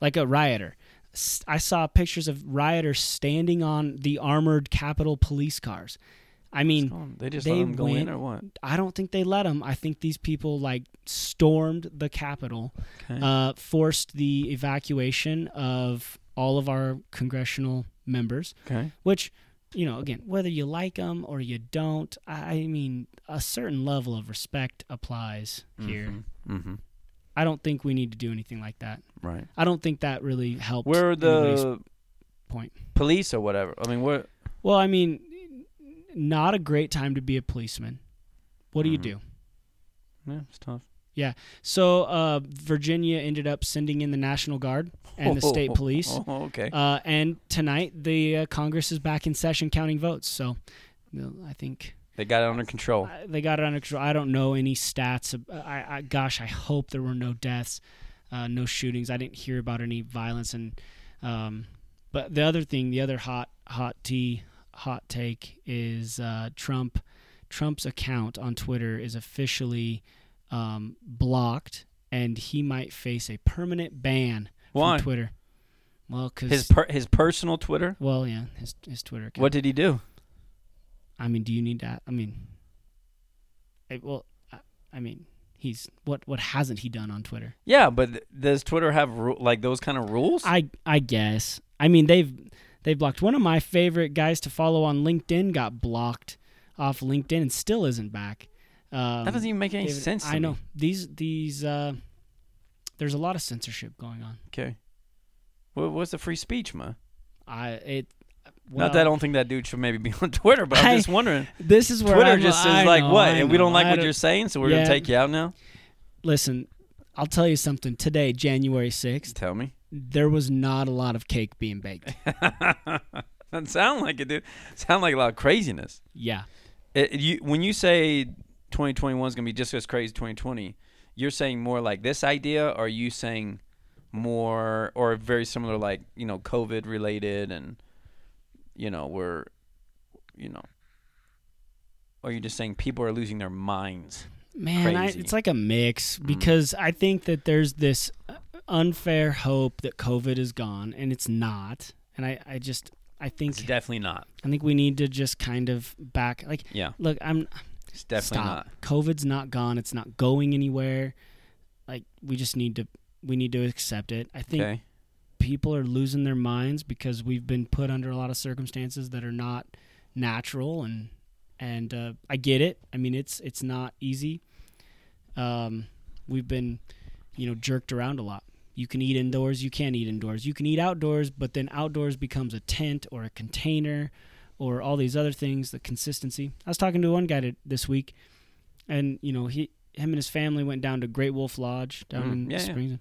C: like a rioter. S- I saw pictures of rioters standing on the armored Capitol police cars. I mean,
B: They just
C: they
B: let them go in
C: went-
B: or what?
C: I don't think they let them. I think these people like stormed the Capitol
B: Okay.
C: uh, forced the evacuation of all of our congressional members,
B: okay.
C: which, you know, again, whether you like them or you don't, I I mean, a certain level of respect applies here.
B: Mm-hmm.
C: I don't think we need to do anything like that.
B: Right.
C: I don't think that really helped.
B: Where are
C: anybody's-
B: the
C: point.
B: police or whatever? I mean, what?
C: Well, I mean, n- not a great time to be a policeman. What do you
B: Mhm.
C: do?
B: Yeah, it's tough.
C: So, uh, Virginia ended up sending in the National Guard and the state police.
B: Oh, okay.
C: Uh, and tonight, the uh, Congress is back in session counting votes. So you know, I think
B: they got it under control.
C: uh, they got it under control. I don't know any stats. ab- I, I gosh, I hope there were no deaths, uh, no shootings. I didn't hear about any violence. And um, but the other thing, the other hot hot tea hot take is uh, Trump. Trump's account on Twitter is officially um, blocked, and he might face a permanent ban
B: Why?
C: from Twitter. Well, because
B: His per- his personal Twitter.
C: well, yeah, his his Twitter account.
B: What did he do?
C: I mean, do you need that? I mean, I, well, I, I mean, he's what what hasn't he done on Twitter?
B: Yeah, but th- does Twitter have ru- like those kind of rules?
C: I I guess. I mean, they've they've blocked one of my favorite guys to follow on LinkedIn. Got blocked off LinkedIn and still isn't back. Um,
B: that doesn't even make any
C: David,
B: sense. To
C: I know
B: Me.
C: these these uh, there's a lot of censorship going on.
B: Okay. What, what's the free speech, man?
C: I it.
B: Not that I
C: well,
B: don't think that dude should maybe be on Twitter, but I'm
C: I-
B: just wondering.
C: this is where
B: Twitter
C: I'm-
B: just
C: I
B: is like
C: know,
B: what,
C: I
B: and we don't
C: know.
B: like
C: I
B: what
C: don't-
B: you're saying, so we're
C: Yeah.
B: gonna take you out now.
C: Listen, I'll tell you something. Today, January sixth,
B: Tell me.
C: there was not a lot of cake being baked.
B: Doesn't sound like it, dude. Sound like a lot of craziness.
C: yeah.
B: It, it- you, when you say 2021 is gonna be just as crazy as 2020, you're saying more like this idea, or are you saying more or very similar, like you know, COVID related, and you know, we're, you know, or you just saying people are losing their minds?
C: Man, I,
B: Crazy. Mm.
C: it's like a mix because I think that there's this uh, unfair hope that COVID is gone and it's not. And I, I just I
B: It's
C: think
B: definitely not.
C: I think we need to just kind of back like
B: Yeah,
C: look, I'm
B: it's definitely
C: stop.
B: not.
C: COVID's not gone, it's not going anywhere. Like we just need to we need to accept it. I think
B: Okay.
C: people are losing their minds because we've been put under a lot of circumstances that are not natural and and uh, I get it. I mean, it's it's not easy. Um, we've been, you know, jerked around a lot. You can eat indoors, you can't eat indoors. You can eat outdoors, but then outdoors becomes a tent or a container or all these other things. The consistency. I was talking to one guy to, this week, and you know he him and his family went down to Great Wolf Lodge down
B: Mm,
C: in
B: yeah, yeah.
C: Springs.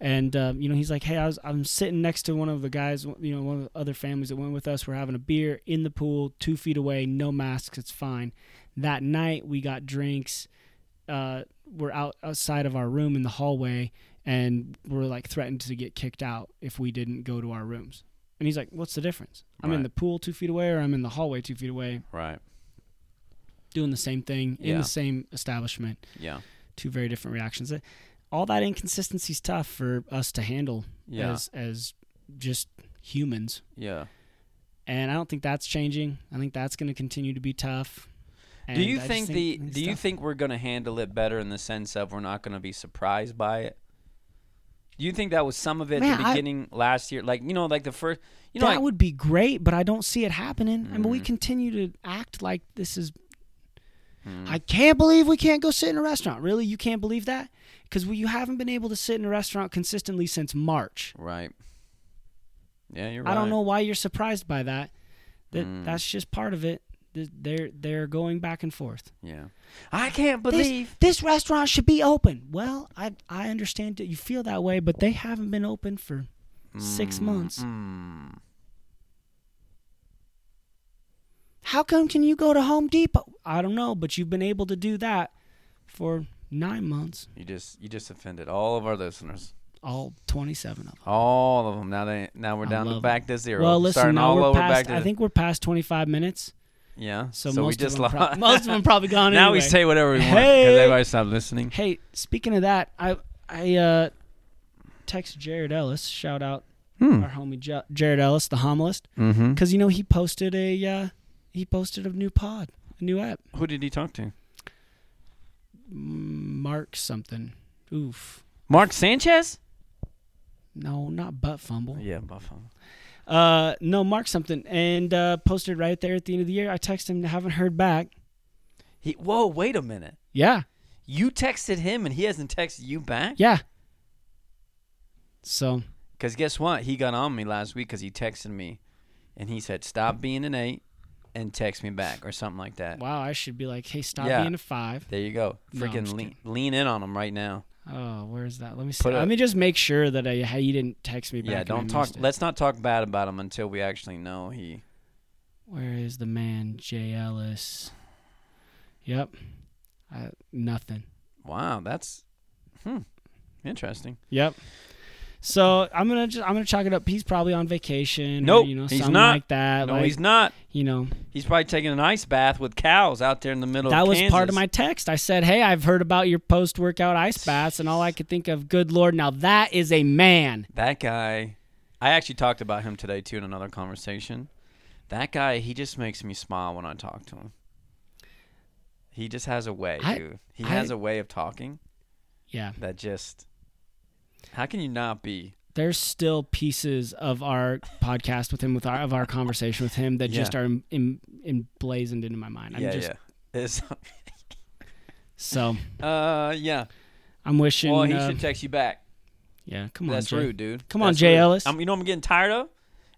C: And um, you know he's like, hey, I was I'm sitting next to one of the guys, you know, one of the other families that went with us. We're having a beer in the pool, two feet away, no masks, it's fine. That night we got drinks. Uh, we're out outside of our room in the hallway, and we're like threatened to get kicked out if we didn't go to our rooms. And he's like, what's the difference? I'm in
B: Right.
C: the pool two feet away, or I'm in the hallway two feet away,
B: Right.
C: doing the same thing in
B: Yeah.
C: the same establishment
B: Yeah.
C: two very different reactions. Uh, All that inconsistency is tough for us to handle
B: Yeah.
C: as as just humans,
B: yeah.
C: and I don't think that's changing. I think that's going to continue to be tough.
B: do
C: And I
B: you
C: just
B: think the
C: it's
B: do you
C: tough.
B: think we're going to handle it better in the sense of we're not going to be surprised by it? Do you think that was some of it at
C: Man,
B: the
C: I-
B: beginning last year? Like, you know, like the first, you know,
C: that
B: like,
C: would be great? But I don't see it happening. I mean, we
B: Mm.
C: continue to act like this is.
B: Mm.
C: I can't believe we can't go sit in a restaurant. Really, you can't believe that because you haven't been able to sit in a restaurant consistently since March.
B: right. Yeah, you're right.
C: I don't know why you're surprised by that. That
B: Mm.
C: that's just part of it. Th- They're they're going back and forth.
B: Yeah. I can't
C: This-
B: believe.
C: This, restaurant should be open. Well, I I understand that you feel that way, but they haven't been open for six months.
B: Mm.
C: How come can you go to Home Depot? I don't know, but you've been able to do that for 9 months,
B: You just you just offended all of our listeners.
C: all 27 of them.
B: All of them. Now they now we're
C: I
B: down to
C: love
B: back to zero.
C: Well, listen,
B: starting
C: now
B: all
C: we're
B: over
C: past,
B: back to
C: I think we're past 25 minutes.
B: yeah.
C: So,
B: So,
C: most,
B: we just
C: of them
B: lost.
C: prob- most of them probably gone
B: now
C: anyway.
B: we say whatever we want because
C: Hey!
B: everybody stopped listening.
C: Hey, speaking of that, I I uh text Jared Ellis, shout out
B: Hmm.
C: our homie Ja- Jared Ellis, the homilist,
B: Mm-hmm.
C: cuz you know he posted a uh he posted a new pod, a new app.
B: Who did he talk to?
C: M- Mark something. Oof.
B: Mark Sanchez?
C: No, not butt fumble.
B: Yeah, Buffalo.
C: Uh, no, Mark something, and uh, posted right there at the end of the year. I texted him, haven't heard back.
B: He, whoa, wait a minute.
C: Yeah,
B: You texted him and he hasn't texted you back?
C: yeah. So
B: Because guess what? He got on me last week because he texted me and he said, stop being an eight and text me back or something like that.
C: wow, I should be like, hey, stop
B: Uh, Yeah.
C: being a five.
B: There you go.
C: No, I'm
B: Freaking
C: just
B: lean, lean in on him right now.
C: Oh, where's that? Let me see.
B: Put
C: Let
B: up-
C: me just make sure that I how you didn't text me back.
B: yeah,
C: and I
B: don't talk.
C: missed it.
B: Let's not talk bad about him until we actually know he.
C: Where is the man, Jay Ellis? Yep, I, nothing.
B: Wow, that's hmm, interesting.
C: Yep. So I'm gonna just I'm gonna chalk it up. He's probably on vacation. or,
B: Nope,
C: you know
B: he's
C: something
B: not.
C: like that.
B: no,
C: like,
B: he's not.
C: you know
B: He's probably taking an ice bath with cows out there in the middle.
C: that
B: of
C: was part
B: Kansas.
C: of my text. I said, "Hey, I've heard about your post-workout ice baths, and all I could think of, good lord, now that is a man."
B: That guy, I actually talked about him today too in another conversation. That guy, he just makes me smile when I talk to him. He just has a way,
C: I-
B: dude. He
C: I-
B: has a way of talking
C: Yeah,
B: that just. How can you not be?
C: there's still pieces of our podcast with him, with our of our conversation with him that
B: Yeah.
C: just are em, em, emblazoned into my mind. I'm
B: yeah,
C: just,
B: yeah. It's-
C: So
B: uh, yeah.
C: I'm wishing.
B: Well, he
C: uh,
B: should text you back.
C: yeah, come on,
B: That's
C: Jay.
B: rude, dude.
C: Come on,
B: That's
C: Jay
B: rude.
C: Ellis.
B: I'm, you know what I'm getting tired of?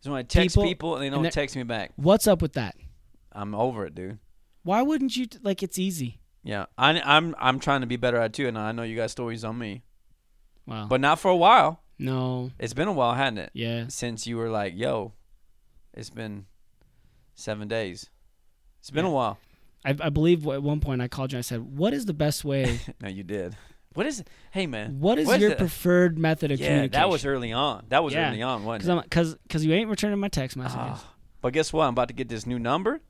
B: Is when I text
C: People-
B: people, and they
C: and
B: don't
C: they're-
B: text me back.
C: What's up with that?
B: I'm over it, dude.
C: Why wouldn't you t- like? It's easy.
B: Yeah, I, I'm I'm trying to be better at it too, and I know you got stories on me,
C: Wow.
B: but not for a while.
C: no.
B: It's been a while, hasn't it?
C: Yeah.
B: Since you were like, "Yo, it's been seven days." It's been
C: Yeah.
B: a while.
C: I, I believe at one point I called you. and I said, "What is the best way?
B: no, you did. What is? Hey, man.
C: What is
B: What is
C: your
B: it?
C: preferred method of
B: Yeah,
C: communication?"
B: that was early on. That was
C: Yeah,
B: early on, wasn't
C: Cause
B: it?
C: I'm, cause, cause you ain't returning my text messages.
B: Ah, but guess what? I'm about to get this new number.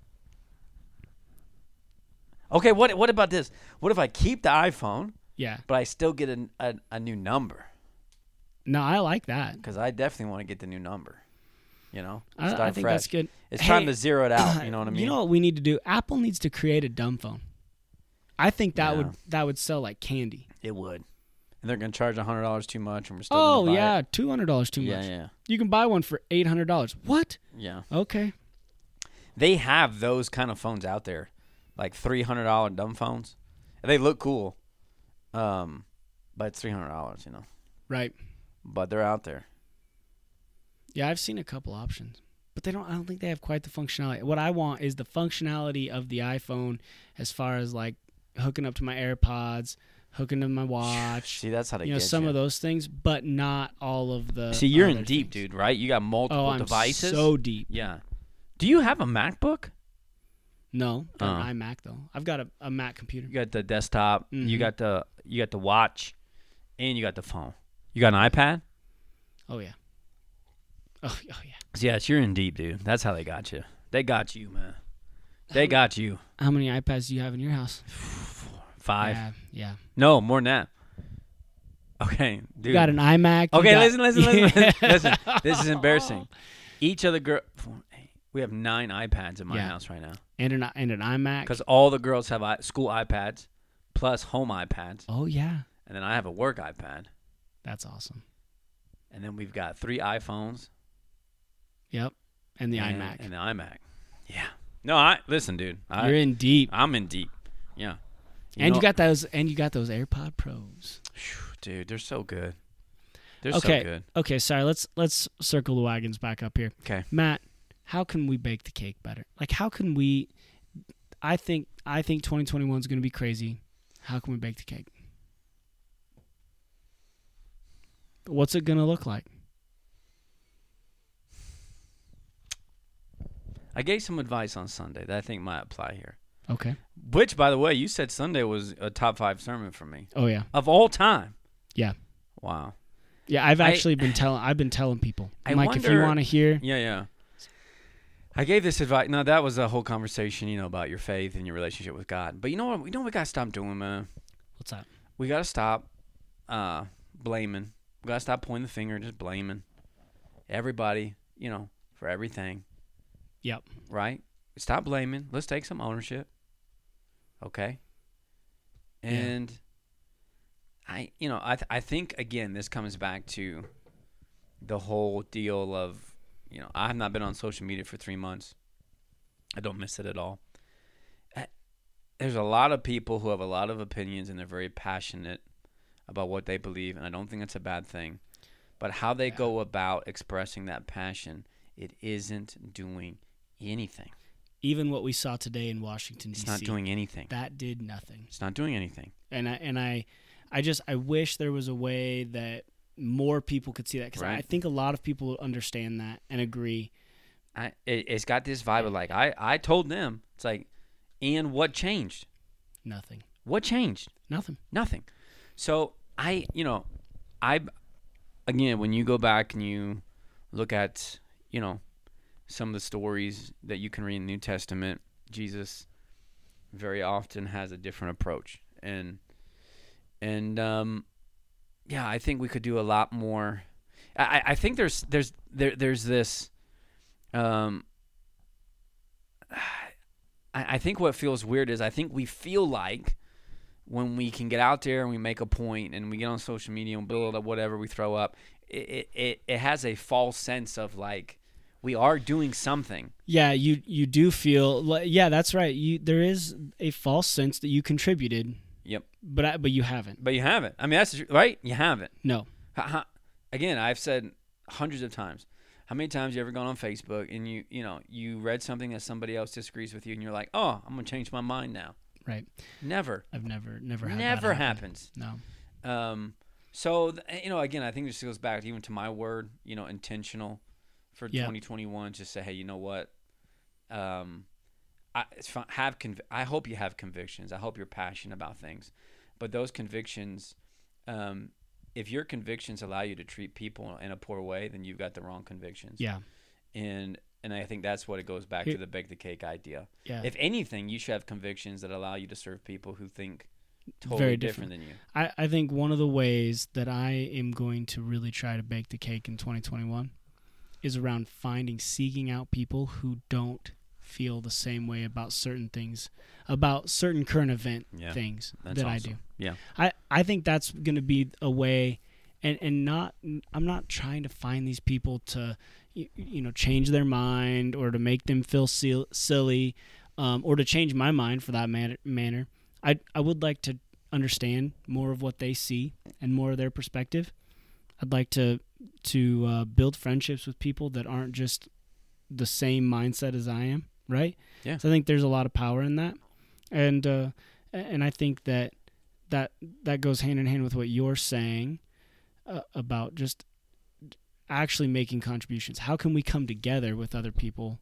B: Okay, what what about this? What if I keep the iPhone,
C: Yeah.
B: but I still get an, a a new number?
C: No, I like that.
B: Because I definitely want to get the new number. You know,
C: I,
B: start
C: I think
B: fresh.
C: that's good.
B: It's time
C: Hey, uh,
B: to zero it out. You know what I mean?
C: You know what we need to do? Apple needs to create a dumb phone. I think that would that would sell like candy.
B: it would. And they're gonna charge hundred dollars too much, and we're still.
C: Oh
B: gonna buy
C: yeah,
B: it.
C: two hundred dollars too
B: yeah,
C: much.
B: yeah,
C: You can buy one for eight hundred dollars. What?
B: yeah.
C: Okay.
B: They have those kind of phones out there, like three hundred dollar dumb phones. And They look cool, um, but it's three hundred dollars. You know,
C: Right.
B: but they're out there.
C: Yeah, I've seen a couple options, but they don't. I don't think they have quite the functionality. What I want is the functionality of the iPhone, as far as like hooking up to my AirPods, hooking to my watch.
B: See, that's how they
C: you know
B: get
C: some
B: you.
C: of those things, but not all of the.
B: See, you're in
C: other
B: deep,
C: things.
B: dude. Right? You got multiple
C: Oh, I'm
B: devices.
C: so deep.
B: yeah. Do you have a MacBook?
C: No,
B: Oh.
C: not an iMac though. I've got a, a Mac computer.
B: You got the desktop.
C: Mhm.
B: You got the you got the watch, and you got the phone. You got an iPad.
C: Oh yeah. Oh, oh yeah.
B: So yes, you're in deep, dude. That's how they got you. They got you, man. They got you.
C: How many iPads do you have in your house?
B: Five.
C: Yeah, yeah.
B: No, more than that. Okay, dude.
C: You got an iMac. you
B: okay,
C: got-
B: listen, listen, listen,
C: Yeah.
B: listen. This is embarrassing. Each of the girl. We have nine iPads in my
C: Yeah.
B: house right now.
C: and an and an iMac.
B: because all the girls have I- school iPads, plus home iPads,
C: Oh yeah,
B: and then I have a work iPad,
C: that's awesome.
B: and then we've got three iPhones
C: Yep. And the
B: and,
C: iMac.
B: and the iMac. Yeah. No, I listen, dude. I,
C: You're in deep.
B: I'm in deep. Yeah.
C: and
B: know-
C: you got those and you got those AirPod Pros.
B: Phew, dude. They're so good. They're
C: okay.
B: so good.
C: Okay, sorry. Let's let's circle the wagons back up here.
B: Okay.
C: Matt, how can we bake the cake better? Like how can we I think I think 2021 is going to be crazy. How can we bake the cake? But what's it going to look like?
B: I gave some advice on Sunday that I think might apply here.
C: Okay.
B: Which, by the way, you said Sunday was a top five sermon for me
C: Oh yeah.
B: of all time.
C: Yeah.
B: Wow.
C: Yeah, I've
B: I-
C: actually been telling I've been telling people.
B: I
C: Mike, if you
B: wonder-
C: want to hear,
B: Yeah, yeah. I gave this advice. Now that was a whole conversation, you know, about your faith and your relationship with God. But you know what? You know what we gotta stop doing, man.
C: what's up?
B: We gotta stop uh, blaming. We gotta stop pointing the finger, and just blaming everybody, you know, for everything.
C: Yep.
B: Right. Stop blaming. Let's take some ownership. Okay.
C: Yeah.
B: And I, you know, I th- I think again this comes back to the whole deal of you know I have not been on social media for three months. I don't miss it at all. I- There's a lot of people who have a lot of opinions and they're very passionate about what they believe, and I don't think that's a bad thing. But how they go about expressing that passion, it isn't doing anything.
C: Even what we saw today in Washington
B: It's
C: D.C.
B: not doing anything.
C: that did nothing.
B: It's not doing anything.
C: and I and I, I just I wish there was a way that more people could see that because I
B: Right.
C: think a lot of people understand that and agree.
B: I, it, it's got this vibe of like I, I told them it's like, and what changed?
C: Nothing,
B: What changed?
C: nothing.
B: Nothing. So I, you know, I, again, when you go back and you look at, you know, some of the stories that you can read in the New Testament, Jesus very often has a different approach, and and um, yeah, I think we could do a lot more. I, I- I think there's there's there there's this, um. I I think what feels weird is I think we feel like when we can get out there and we make a point and we get on social media and build up whatever we throw up, it, it, it, it has a false sense of like we are doing something.
C: Yeah, you you do feel li- yeah that's right. You there is a false sense that you contributed,
B: Yep.
C: but I, but you haven't.
B: But you haven't. I mean, that's the tr- right. You haven't.
C: No,
B: Ha- ha- Again, I've said hundreds of times. How many times you ever gone on Facebook and you you know you read something that somebody else disagrees with you and you're like, oh, I'm gonna change my mind now.
C: right.
B: Never.
C: I've never never had that
B: Never
C: happen.
B: happens.
C: No.
B: Um, so th- eh, you know, again, I think this goes back even to my word, you know, intentional for
C: Yeah.
B: 2021. Just say, hey, you know what? Um, I it's fi- have conv- I hope you have convictions. I hope you're passionate about things, but those convictions, um, if your convictions allow you to treat people in a poor way, then you've got the wrong convictions.
C: Yeah.
B: And and I think that's what it goes back
C: Here-
B: to the bake the cake idea.
C: Yeah.
B: If anything, you should have convictions that allow you to serve people who think totally
C: Very
B: different than you.
C: I, I think one of the ways that I am going to really try to bake the cake in 2021 is around finding, seeking out people who don't feel the same way about certain things, about certain current event
B: Yeah,
C: things
B: that's
C: that I
B: awesome.
C: do.
B: Yeah.
C: I, I think that's going to be a way, and, and not I'm not trying to find these people to, you, you know, change their mind or to make them feel sil- silly, um, or to change my mind for that man- manner. I I would like to understand more of what they see and more of their perspective. I'd like to to uh, build friendships with people that aren't just the same mindset as I am, right?
B: Yeah.
C: So I think there's a lot of power in that, and uh, a- and I think that that that goes hand in hand with what you're saying uh, about just actually making contributions. How can we come together with other people,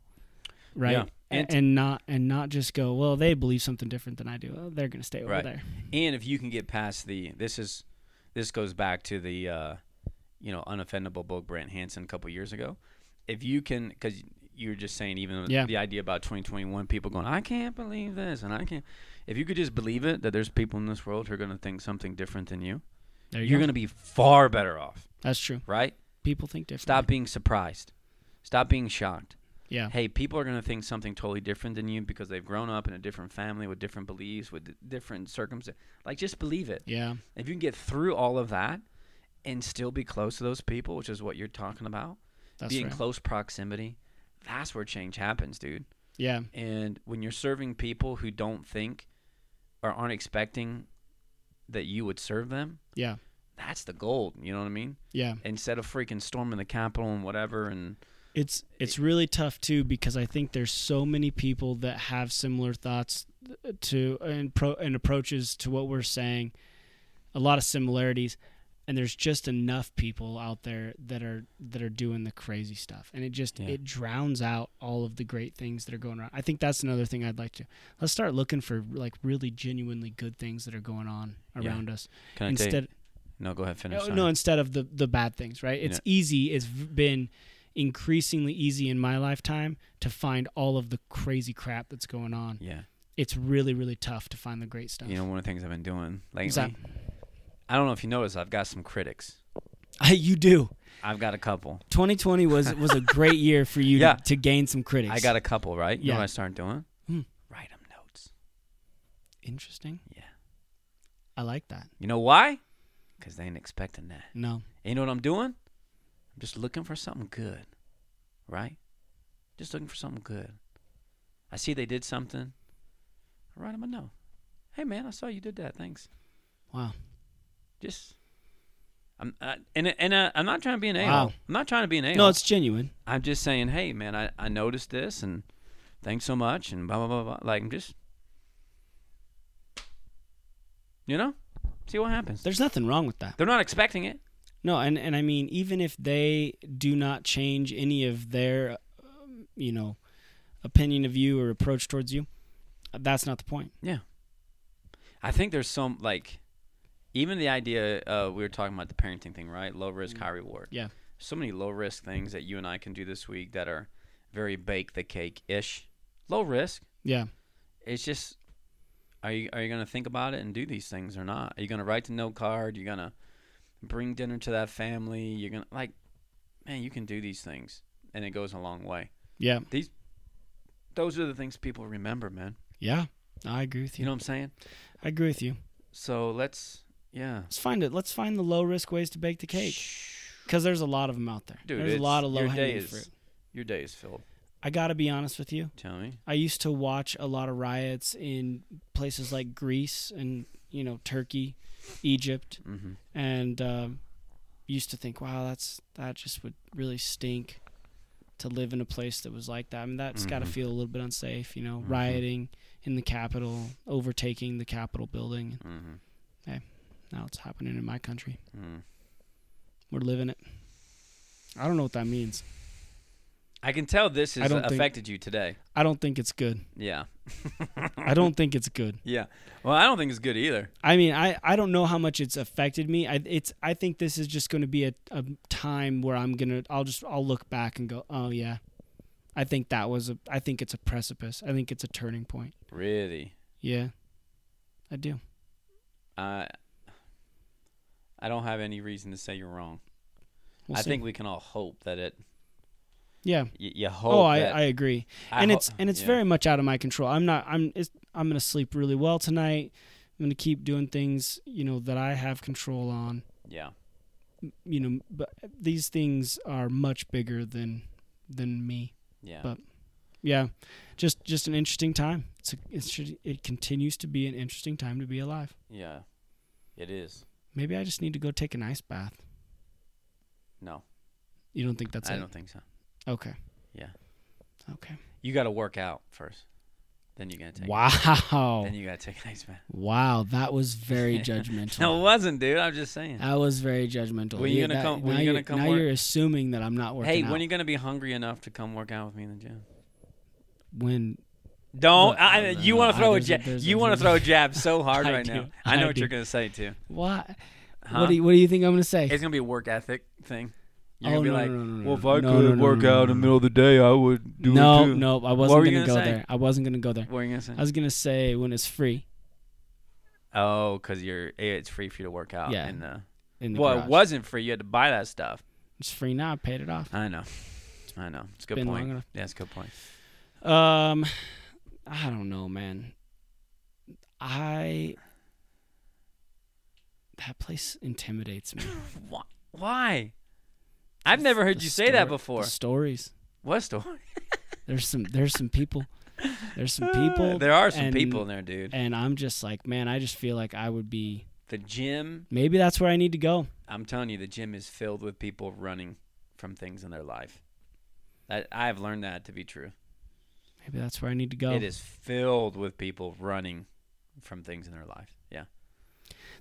C: right?
B: Yeah.
C: And,
B: And-
C: and not and not just go, well, they believe something different than I do. Oh, they're going to stay over
B: Right.
C: there.
B: and if you can get past the this is this goes back to the uh, you know unoffendable book Brant Hansen a couple years ago. If you can, because you were just saying even
C: Yeah.
B: the idea about 2021, people going, I can't believe this, and I can't. If you could just believe it that there's people in this world who are going to think something different than you,
C: There you
B: you're
C: go.
B: going to be far better off,
C: That's true.
B: right?
C: People think different.
B: Stop being surprised. Stop being shocked.
C: Yeah.
B: Hey, people are going to think something totally different than you because they've grown up in a different family with different beliefs, with d- different circumstances. Like, just believe it.
C: Yeah.
B: If you can get through all of that and still be close to those people, which is what you're talking about,
C: That's
B: be in
C: right.
B: close proximity, that's where change happens, dude.
C: yeah.
B: And when you're serving people who don't think or aren't expecting that you would serve them,
C: Yeah.
B: that's the gold. You know what I mean?
C: Yeah.
B: Instead of freaking storming the Capitol and whatever and
C: It's it's really tough too because I think there's so many people that have similar thoughts to and pro and approaches to what we're saying, a lot of similarities, and there's just enough people out there that are that are doing the crazy stuff, and it just
B: Yeah.
C: it drowns out all of the great things that are going around. I think that's another thing I'd like to let's start looking for like really genuinely good things that are going on
B: Yeah.
C: around us
B: Can I take?
C: instead
B: No, go ahead. Finish.
C: Oh, no,
B: sorry.
C: no, instead of the the bad things, right? It's easy. It's v- been increasingly easy in my lifetime to find all of the crazy crap that's going on.
B: Yeah.
C: It's really really tough to find the great stuff.
B: You know, one of the things I've been doing lately.
C: What's that?
B: I don't know if you noticed, I've got some critics.
C: you do.
B: I've got a couple.
C: 2020 was was a great year for you
B: Yeah.
C: to, to gain some critics.
B: I got a couple, right? You know
C: Yeah.
B: what I started doing?
C: Hmm.
B: Write them notes.
C: interesting.
B: Yeah.
C: I like that.
B: You know why? Because they ain't expecting that.
C: No,
B: And you know what I'm doing? I'm just looking for something good, right? Just looking for something good. I see they did something. I write them a note. Hey, man, I saw you did that. Thanks.
C: wow.
B: Just, I'm I, and and uh, I'm not trying to be an a-hole.
C: Wow.
B: I'm not trying to be an a-hole.
C: No, it's genuine.
B: I'm just saying, hey, man, I, I noticed this and thanks so much and blah, blah, blah, blah. Like, I'm just, you know, see what happens. They're,
C: There's nothing wrong with that.
B: not expecting it.
C: No, and and I mean even if they do not change any of their um, you know opinion of you or approach towards you, that's not the point.
B: I think there's some, like, even the idea uh, we were talking about the parenting thing, right? Low risk, high reward.
C: Mm. Yeah.
B: So many low risk things that you and I can do this week that are very bake the cake ish. Low risk.
C: Yeah.
B: It's just, are you are you gonna think about it and do these things or not? Are you gonna write the note card? You're gonna bring dinner to that family. You're gonna like, man, you can do these things, and it goes a long way.
C: Yeah.
B: Those are the things people remember, man.
C: Yeah. I agree with
B: You
C: you.
B: know what I'm saying?
C: I agree with you.
B: So let's, yeah,
C: Let's find it. Let's find the low risk ways to bake the cake cuz there's a lot of them out there.
B: Dude,
C: there's a
B: it's-
C: lot of
B: your
C: low hanging
B: day is-
C: fruit.
B: Your day is filled.
C: I got to be honest with you.
B: Tell me.
C: I used to watch a lot of riots in places like Greece and, you know, Turkey, Egypt.
B: Mm-hmm.
C: and um, used to think, wow, that's that just would really stink to live in a place that was like that. I mean, that's got to
B: Mhm.
C: feel a little bit unsafe, you know,
B: Mhm.
C: rioting in the Capitol, overtaking the Capitol building.
B: Mm-hmm.
C: Now it's happening in my country.
B: Mm.
C: We're living it. I don't know what that means.
B: I can tell this
C: I
B: has
C: don't think-
B: affected you today.
C: I don't think it's good.
B: Yeah.
C: I don't think it's good.
B: Yeah. Well, I don't think it's good either.
C: I mean, I, I don't know how much it's affected me. I it's I think this is just going to be a, a time where I'm gonna I'll just I'll look back and go, oh yeah, I think that was a I think it's a precipice. I think it's a turning point.
B: Really.
C: Yeah, I do.
B: I I don't have any reason to say you're wrong.
C: We'll
B: I
C: see.
B: think we can all hope that it.
C: yeah.
B: Y- you hope.
C: Oh, I,
B: that-
C: I agree.
B: I
C: and
B: ho-
C: it's and it's
B: yeah.
C: very much out of my control. I'm not. I'm it's, I'm gonna sleep really well tonight. I'm gonna keep doing things you know that I have control on.
B: yeah.
C: You know, but these things are much bigger than than me.
B: Yeah.
C: but- yeah just just an interesting time it's a, it should it continues to be an interesting time to be alive
B: yeah. It is.
C: maybe i just need to go take an ice bath
B: No,
C: you don't think that's
B: I
C: it
B: don't think so.
C: okay
B: Yeah.
C: okay
B: You got to work out first. Then you gotta take.
C: wow
B: Then you gotta take an ice bath.
C: wow that was very judgmental
B: No, it wasn't, dude. I'm just saying.
C: that was very judgmental
B: When you gonna
C: that-
B: come- when
C: now
B: you gonna
C: you're-
B: come
C: now
B: work-
C: you're assuming that i'm not working
B: Hey, when
C: out.
B: you gonna be hungry enough to come work out with me in the gym?
C: when
B: Don't.
C: Look,
B: I,
C: I don't
B: you
C: know.
B: want
C: I-
B: to throw a
C: there's a-
B: jab?
C: there's a-
B: You want to
C: there's
B: throw
C: a-
B: a jab so hard
C: I
B: right
C: do.
B: now. I know
C: I
B: what you're
C: do.
B: gonna say too.
C: what
B: Huh?
C: what do you, what do you think i'm gonna say
B: it's gonna be a work ethic thing. You're
C: Oh,
B: gonna be
C: no,
B: like,
C: no, no, no, no,
B: well, if
C: no,
B: I
C: no,
B: could
C: no, no,
B: work
C: no, no,
B: out in the
C: no.
B: middle of the day, I would do it
C: no
B: too.
C: no i
B: were
C: wasn't
B: you
C: gonna, go
B: gonna say?
C: there i wasn't gonna go there
B: What are you gonna say?
C: i was gonna say when it's free
B: Oh, because you're it's free for you to work out.
C: Yeah.
B: In the,
C: in the
B: well,
C: garage.
B: it wasn't free. You had to buy that stuff.
C: It's free now. I paid it off.
B: I know. I know. It's a good
C: Been long
B: point.
C: enough.
B: Yeah, it's a good point.
C: Um, I don't know, man. I that place intimidates me.
B: Wh- Why? I've never heard
C: The
B: you say that
C: story- the
B: before.
C: stories.
B: What story?
C: There's some. There's some people. There's some people.
B: there are some
C: and-
B: people in there, dude.
C: And I'm just like, man, I just feel like I would be.
B: The gym.
C: Maybe that's where I need to go.
B: I'm telling you, the gym is filled with people running from things in their life. I, I've learned that to be true.
C: Maybe that's where I need to go.
B: It is filled with people running from things in their life. Yeah.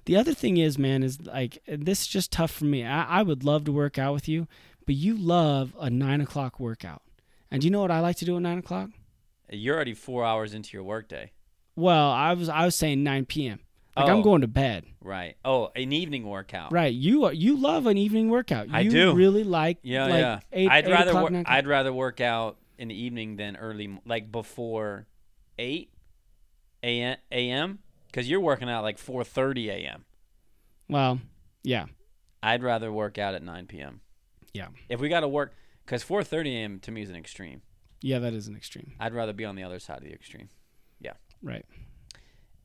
C: The other thing is, man, is like and this is just tough for me. I, I would love to work out with you, but you love a nine o'clock workout. And do you know what I like to do at nine o'clock?
B: You're already four hours into your workday.
C: Well, I was I was saying nine p.m. Like I'm
B: Oh.
C: going to bed.
B: Right. Oh, an evening workout.
C: Right. You are, you love an evening workout.
B: I
C: you
B: do.
C: Really like
B: Yeah,
C: like
B: yeah.
C: Eight,
B: I'd
C: eight
B: rather
C: o'clock,
B: wor-
C: nine o'clock.
B: I'd rather work out in the evening than early, m- like before eight a.m. a.m. Because you're working out like four thirty a.m.
C: well, yeah.
B: I'd rather work out at nine p.m.
C: Yeah.
B: If we got to work, because four thirty a.m. to me is an extreme.
C: Yeah, that is an extreme.
B: I'd rather be on the other side of the extreme.
C: Right.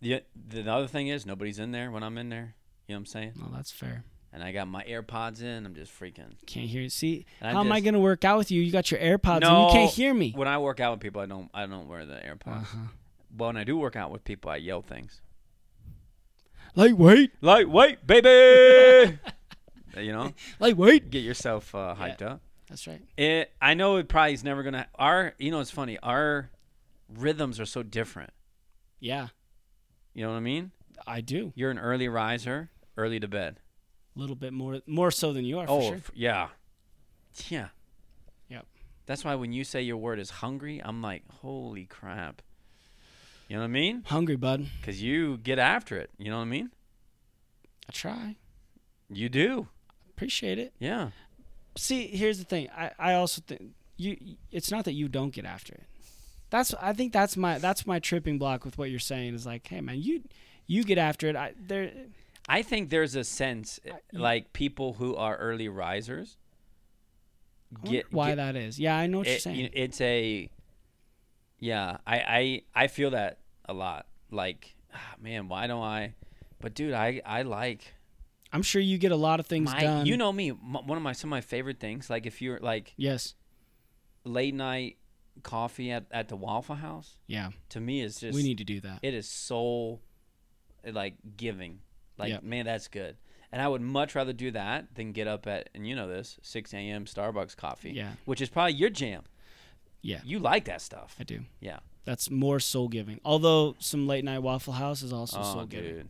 B: The the other thing is nobody's in there when I'm in there. You know what I'm saying?
C: Well, that's fair.
B: And I got my AirPods in. I'm just freaking.
C: Can't hear you. See,
B: And I
C: how am I
B: just-
C: going to work out with you? You got your AirPods and you
B: No.
C: can't hear me.
B: When I work out with people, I don't I don't wear the AirPods.
C: Uh-huh.
B: But when I do work out with people, I yell things.
C: Lightweight,
B: Lightweight, baby. you know,
C: lightweight.
B: get yourself uh, hyped up.
C: That's right.
B: It, I know it probably is never gonna. Our, you know, it's funny. Our rhythms are so different.
C: Yeah,
B: You know what I mean?
C: I do.
B: You're an early riser, early to bed.
C: A little bit more, more so than you are.
B: oh,
C: for sure.
B: f- yeah, yeah,
C: Yep.
B: That's why when you say your word is hungry, I'm like, holy crap. You know what I mean?
C: hungry, bud.
B: Because you get after it. You know what I mean?
C: I try.
B: You do.
C: Appreciate it.
B: Yeah.
C: See, here's the thing. I, I also think you. It's not that you don't get after it. That's. I think that's my. That's my tripping block with what you're saying. Is like, hey, man, you, you get after it. I there.
B: I think there's a sense like people who are early risers
C: I wonder why that is. Yeah, I know what you're
B: it-
C: saying.
B: Eh, you know, it's a yeah, I, I I feel that a lot. Like, ah, man, why don't I? But dude, I I like
C: I'm sure you get a lot of things
B: my
C: done.
B: you know me. m one of my some of my favorite things. Like if you're like
C: Yes.
B: late night coffee at, at the Waffle House
C: Yeah.
B: to me is just
C: we need to do that.
B: it is soul like giving like
C: Yep.
B: man that's good and i would much rather do that than get up at and you know this 6 a.m starbucks coffee
C: Yeah.
B: which is probably your jam
C: Yeah.
B: you like that stuff
C: I do.
B: yeah
C: That's more soul giving. Although some late night Waffle House is also
B: oh
C: soul giving.
B: dude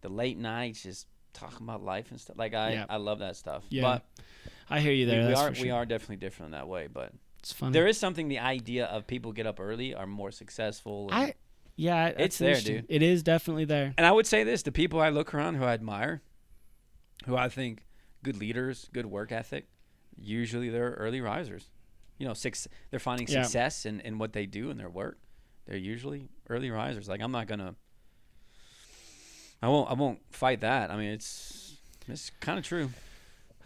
B: the late nights just talking about life and stuff like i
C: Yeah.
B: i love that stuff
C: Yeah,
B: but
C: I hear you
B: we,
C: there.
B: we
C: that's
B: are
C: for sure.
B: we are definitely different in that way but
C: It's funny.
B: there is something the idea of people get up early are more successful and-
C: I, yeah, I- that's
B: It's there,
C: interesting.
B: dude.
C: It is definitely there.
B: And I would say this: the people I look around who I admire, who I think good leaders, good work ethic, usually they're early risers. You know, six they're finding
C: Yeah.
B: success in, in what they do in their work. They're usually early risers. Like I'm not gonna, I won't, I won't fight that. I mean, it's it's kind of true.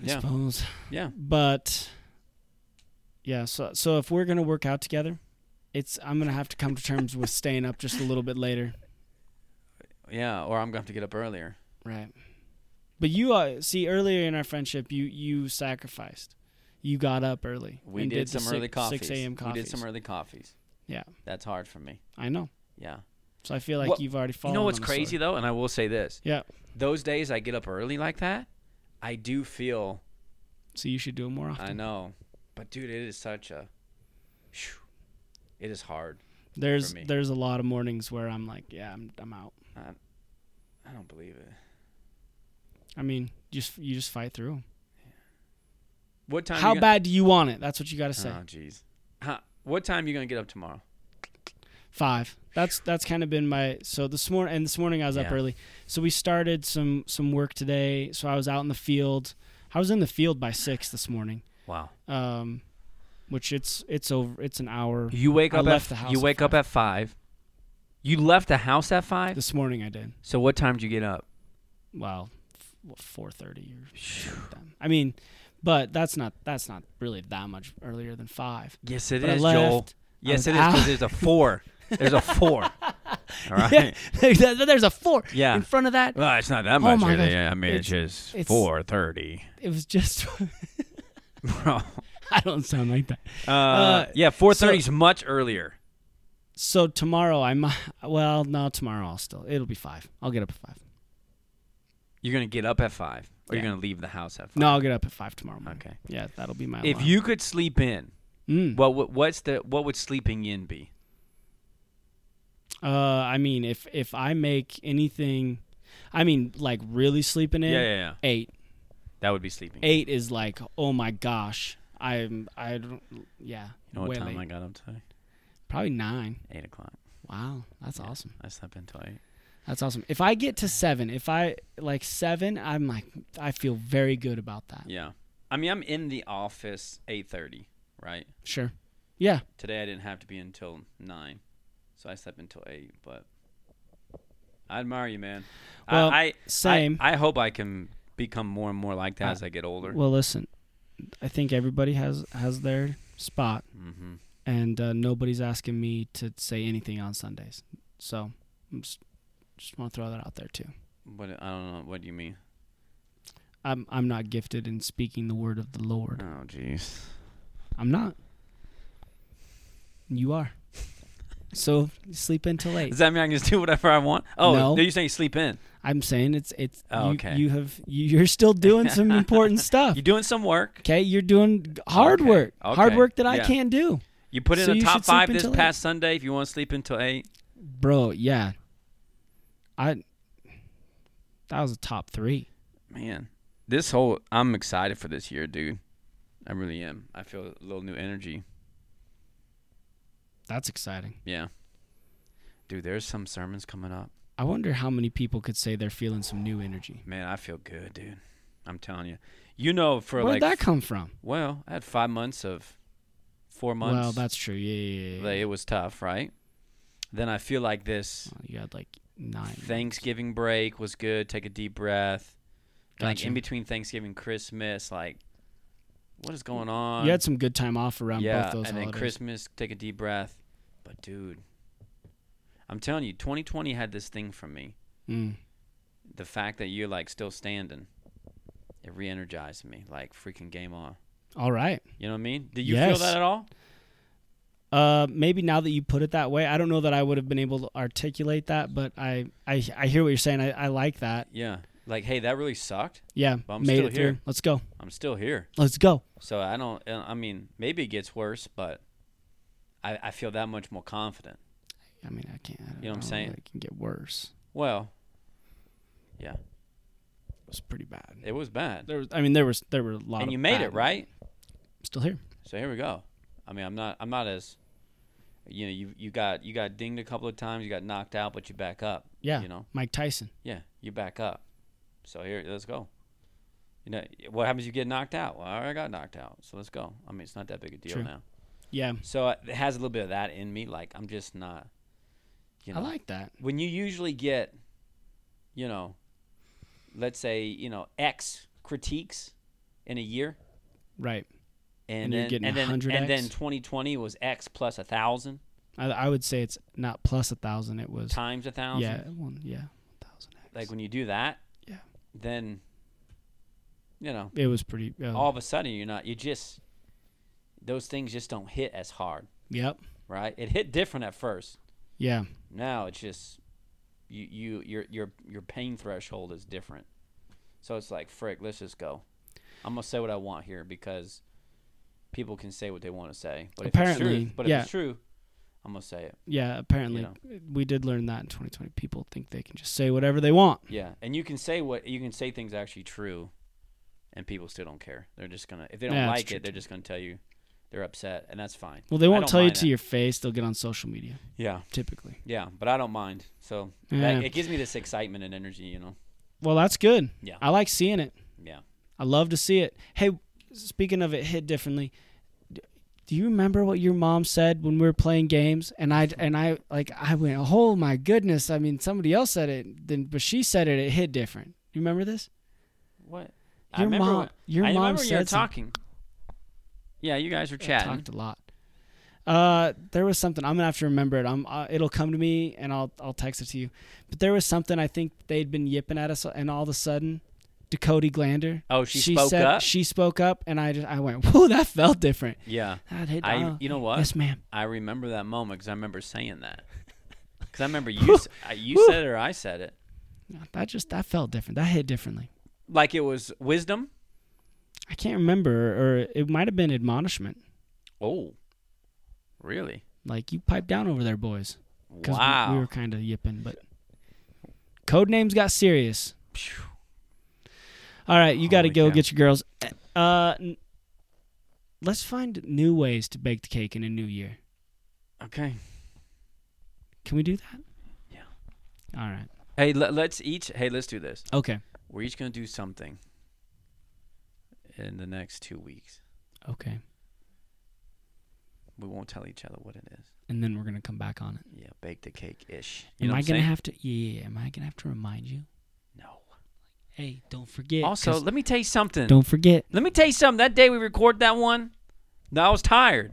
C: I
B: Yeah.
C: suppose.
B: Yeah.
C: But yeah, so so if we're gonna work out together, it's I'm gonna have to come to terms with staying up just a little bit later.
B: Yeah, or I'm gonna have to get up earlier.
C: Right. But you uh, see earlier in our friendship, you you sacrificed. You got up early.
B: We
C: and
B: did,
C: the
B: some early
C: six,
B: coffees.
C: Six a.m. coffees.
B: We did some early coffees.
C: Yeah.
B: that's hard for me.
C: I know.
B: Yeah.
C: So I feel like
B: What-
C: you've already fallen.
B: you know what's
C: on the sword.
B: crazy though, and I will say this:
C: Yeah.
B: those days I get up early like that, I do feel
C: So you should do it more often.
B: I know, but dude, it is such a, phew, it is hard.
C: There's
B: for me.
C: there's a lot of mornings where I'm like, yeah, I'm I'm out.
B: I don't believe it.
C: I mean, just you just fight through. 'em.
B: What time?
C: How
B: you
C: bad do you want it? That's what you got to say.
B: Gonna, oh jeez. Huh, what time you gonna get up tomorrow?
C: Five. That's that's kind of been my so this morning and this morning I was up
B: Yeah.
C: early. So we started some some work today. So I was out in the field. I was in the field by six this morning.
B: Wow.
C: Um, which it's it's over. It's an hour.
B: You wake
C: I
B: up.
C: left
B: at,
C: the house
B: You
C: at
B: wake up at five. You left the house at five.
C: This morning I did.
B: So what time did you get up?
C: Well, four thirty or something. like that. I mean, but that's not that's not really that much earlier than five.
B: Yes, it
C: But I
B: is,
C: left.
B: Joel. Yes,
C: was
B: it is. 'cause
C: out.
B: There's a four. There's a four. All right.
C: Yeah, there's a four
B: Yeah.
C: in front of that.
B: Well, it's not that
C: Oh
B: much.
C: my
B: really.
C: gosh.
B: I mean, it's, just
C: it's-
B: four thirty,
C: It was just
B: bro.
C: I don't sound like that.
B: Uh, yeah, four thirty is much earlier.
C: So tomorrow I might. Well, no, tomorrow I'll still. It'll be five. I'll get up at five.
B: You're gonna get up at five, or
C: Yeah.
B: you're gonna leave the house at five.
C: No, I'll get up at five tomorrow morning.
B: Okay.
C: Yeah, that'll be my.
B: If
C: alarm.
B: you could sleep in
C: Mm.
B: Well, what, what's the what would sleeping in be?
C: Uh, I mean, if if I make anything, I mean, like really sleeping in.
B: Yeah, yeah, yeah.
C: Eight,
B: That would be sleeping.
C: Eh. eight is like, oh my gosh, I'm, I don't, yeah.
B: You know what
C: way
B: time I
C: late.
B: got up today?
C: Probably nine.
B: Eight o'clock.
C: Wow, that's
B: Yeah.
C: awesome.
B: I slept until eight.
C: That's awesome. If I get to seven, if I like seven, I'm like, I feel very good about that.
B: Yeah. I mean, I'm in the office eight thirty, right?
C: Sure. Yeah.
B: Today I didn't have to be until nine, so I slept until eight. But I admire you, man. I-
C: Well,
B: I, I
C: Same. Uh,
B: I, hope I can become more and more like that as I get older.
C: well, listen, I think everybody has has their spot,
B: hmm
C: and uh, nobody's asking me to say anything on Sundays. So, I'm just just want to throw that out there too.
B: What I don't know. What do you mean?
C: I'm I'm not gifted in speaking the word of the Lord.
B: Oh, jeez.
C: I'm not. You are. So sleep in till late.
B: Does that mean I can just do whatever I want? Oh,
C: No.
B: you're saying sleep in.
C: I'm saying it's it's
B: Oh,
C: you,
B: okay.
C: you have you, you're still doing some important stuff.
B: You're doing some work.
C: Okay, you're doing hard
B: Okay,
C: work. Hard
B: okay,
C: work that I
B: yeah.
C: can't do.
B: You put in
C: So
B: a
C: you
B: top
C: should sleep
B: five this
C: until eight.
B: past Sunday if you want to sleep until eight.
C: Bro, yeah. I that was a top 3.
B: Man, this whole I'm excited for this year, dude. I really am. I feel a little new energy.
C: That's exciting.
B: Yeah. Dude, there's some sermons coming up.
C: I wonder how many people could say they're feeling some new energy.
B: Man, I feel good, dude. I'm telling you. You know, for like,
C: Where'd that come from?
B: well, I had five months of four months.
C: Well, that's true. Yeah, yeah, yeah, yeah.
B: like, it was tough, right? Then I feel like this
C: Well, you had like 9.
B: Thanksgiving break was good. Take a deep breath. Like
C: Gotcha.
B: in between Thanksgiving, Christmas, like what is going on?
C: You had some good time off around both those
B: and
C: holidays.
B: then Christmas, take a deep breath. But dude, I'm telling you, 2020 had this thing for me.
C: Mm.
B: The fact that you're like still standing, it re-energized me. Like freaking game on.
C: All right.
B: You know what I mean? Did you
C: Yes.
B: feel that at all?
C: Uh, maybe now that you put it that way, I don't know that I would have been able to articulate that, but I, I, I hear what you're saying. I, I like that.
B: Yeah. Like, hey, that really sucked.
C: Yeah,
B: But I'm
C: made
B: still
C: it through.
B: here.
C: Let's go.
B: I'm still here.
C: Let's go.
B: So I don't. I mean, maybe it gets worse, but I, I feel that much more confident.
C: I mean, I can't. I don't
B: You know what I'm
C: know
B: saying?
C: that It can get worse.
B: Well,
C: It's pretty bad.
B: it was bad,
C: There was, I mean, there was, there were a lot.
B: and
C: of
B: you made it
C: bad-
B: right.
C: Still here.
B: So here we go. I mean, I'm not. I'm not as. You know, you you got you got dinged a couple of times. You got knocked out, but you back up.
C: Yeah.
B: You know.
C: Mike Tyson.
B: Yeah, you back up. So here, let's go. You know, what happens? if You get knocked out. Well, I already got knocked out, so let's go. I mean, it's not that big a deal
C: True.
B: now.
C: Yeah,
B: So it has a little bit of that in me. Like I'm just not. You know,
C: I like that.
B: when you usually get, you know, let's say you know X critiques in a year,
C: Right.
B: and,
C: And you're
B: then
C: getting
B: and then
C: 100
B: and then
C: X?
B: 2020 was X plus a thousand
C: I, I would say it's not plus a thousand. It was.
B: times a thousand.
C: Yeah. One. Yeah. One thousand. X.
B: Like when you do that,
C: Yeah.
B: then you know
C: it was pretty. Uh,
B: all of a sudden you're not you just those things just don't hit as hard,
C: Yep.
B: right? It hit different at first.
C: Yeah.
B: Now it's just you you your your your pain threshold is different. So it's like frick, let's just go. I'm gonna say what I want here because people can say what they want to say. But if it's
C: Apparently,
B: true, but if
C: yeah.
B: it's true, I'm gonna say it.
C: Yeah. Apparently,
B: know.
C: we did learn that in 2020. People think they can just say whatever they want.
B: Yeah, and you can say what you can say things actually true, and people still don't care. They're just gonna if they don't
C: Yeah, that's
B: like
C: true,
B: it, they're
C: too.
B: just gonna tell you they're upset, and that's fine.
C: Well, they won't
B: don't
C: tell you
B: mind
C: to
B: that.
C: your face. They'll get on social media
B: Yeah,
C: typically.
B: yeah, but I don't mind. So
C: Yeah.
B: that, it gives me this excitement and energy, you know.
C: Well, that's good.
B: Yeah.
C: I like seeing it.
B: Yeah.
C: I love to see it. Hey, speaking of it hit differently, d- do you remember what your mom said when we were playing games? And I and I like I went, oh my goodness! I mean, somebody else said it, then but she said it. It hit different. You remember this?
B: What? I
C: Your
B: remember
C: mom.
B: when-
C: your
B: I
C: mom
B: remember
C: said
B: you were
C: something.
B: talking. Yeah, you guys were
C: I
B: chatting.
C: talked a lot. Uh, there was something I'm gonna have to remember it. I'm uh, it'll come to me and I'll I'll text it to you. But there was something I think they'd been yipping at us, and all of a sudden, Dakota Glander.
B: Oh, she spoke
C: said,
B: up?
C: She spoke up, and I just I went, whoa, that felt different.
B: Yeah,
C: That hit.
B: I.
C: oh,
B: You know what?
C: Yes, ma'am.
B: I remember that moment because I remember saying that. Because I remember you. s- I- you
C: Whew.
B: said it or I said it.
C: That just that felt different. That hit differently.
B: Like it was wisdom
C: I can't remember, or it might have been admonishment.
B: Oh, really?
C: Like you pipe down over there, boys. 'Cause we-
B: Wow.
C: we, were kind of yipping, but code names got serious.
B: Phew.
C: All right, you got to
B: Holy
C: go
B: cow.
C: get your girls. Uh, n- let's find new ways to bake the cake in a new year.
B: Okay.
C: Can we do that?
B: Yeah.
C: All right.
B: Hey, let, let's each. Hey, let's do this.
C: Okay.
B: We're each gonna do something in the next two weeks.
C: Okay.
B: We won't tell each other what it is.
C: And then we're gonna come back on it.
B: Yeah, bake the cake ish. You know what
C: am I
B: I'm
C: gonna
B: saying?
C: have to? Yeah. Am I gonna have to remind you?
B: no.
C: Hey, don't forget.
B: Also,
C: 'cause-
B: let me tell you something.
C: don't forget.
B: Let me tell you something. That day we recorded that one, no, I was tired.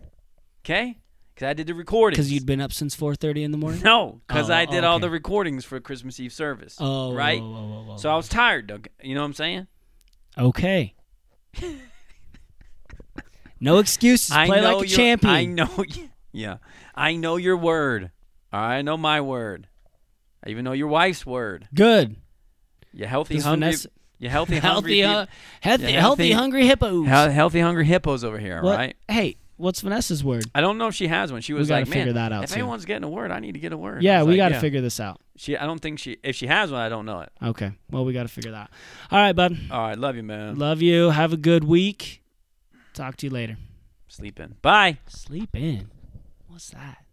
B: Okay, because I did the recording.
C: Because you'd been up since 4:30 in the morning.
B: No, because
C: Oh,
B: I
C: oh,
B: did all
C: okay.
B: the recordings for Christmas Eve service.
C: Oh,
B: right.
C: whoa, whoa, whoa, whoa,
B: So I was tired. Doug. You know what I'm saying?
C: Okay. No excuses.
B: I
C: Play
B: know
C: like a
B: your-
C: champion.
B: I know. Yeah, I know your word. I know my word. I even know your wife's word.
C: Good.
B: You healthy,
C: Does
B: hungry.
C: Vanessa-
B: you healthy, hungry.
C: Healthy, uh,
B: peop-
C: healthy,
B: Yeah,
C: healthy,
B: healthy-
C: hungry hippos.
B: hel- healthy, hungry hippos over here,
C: What-
B: right?
C: Hey, what's Vanessa's word?
B: I don't know if she has one. She was
C: gotta
B: like, "Man,
C: figure that out
B: if
C: too."
B: anyone's getting a word, I need to get a word." I
C: Yeah,
B: was
C: we
B: like,
C: got to
B: "Yeah."
C: figure this out.
B: She, I don't think she. If she has one, I don't know it.
C: Okay. Well, we got to figure that out. All right, bud.
B: All right, love you, man.
C: Love you. Have a good week. Talk to you later.
B: Sleep in. Bye.
C: Sleep in. What's that?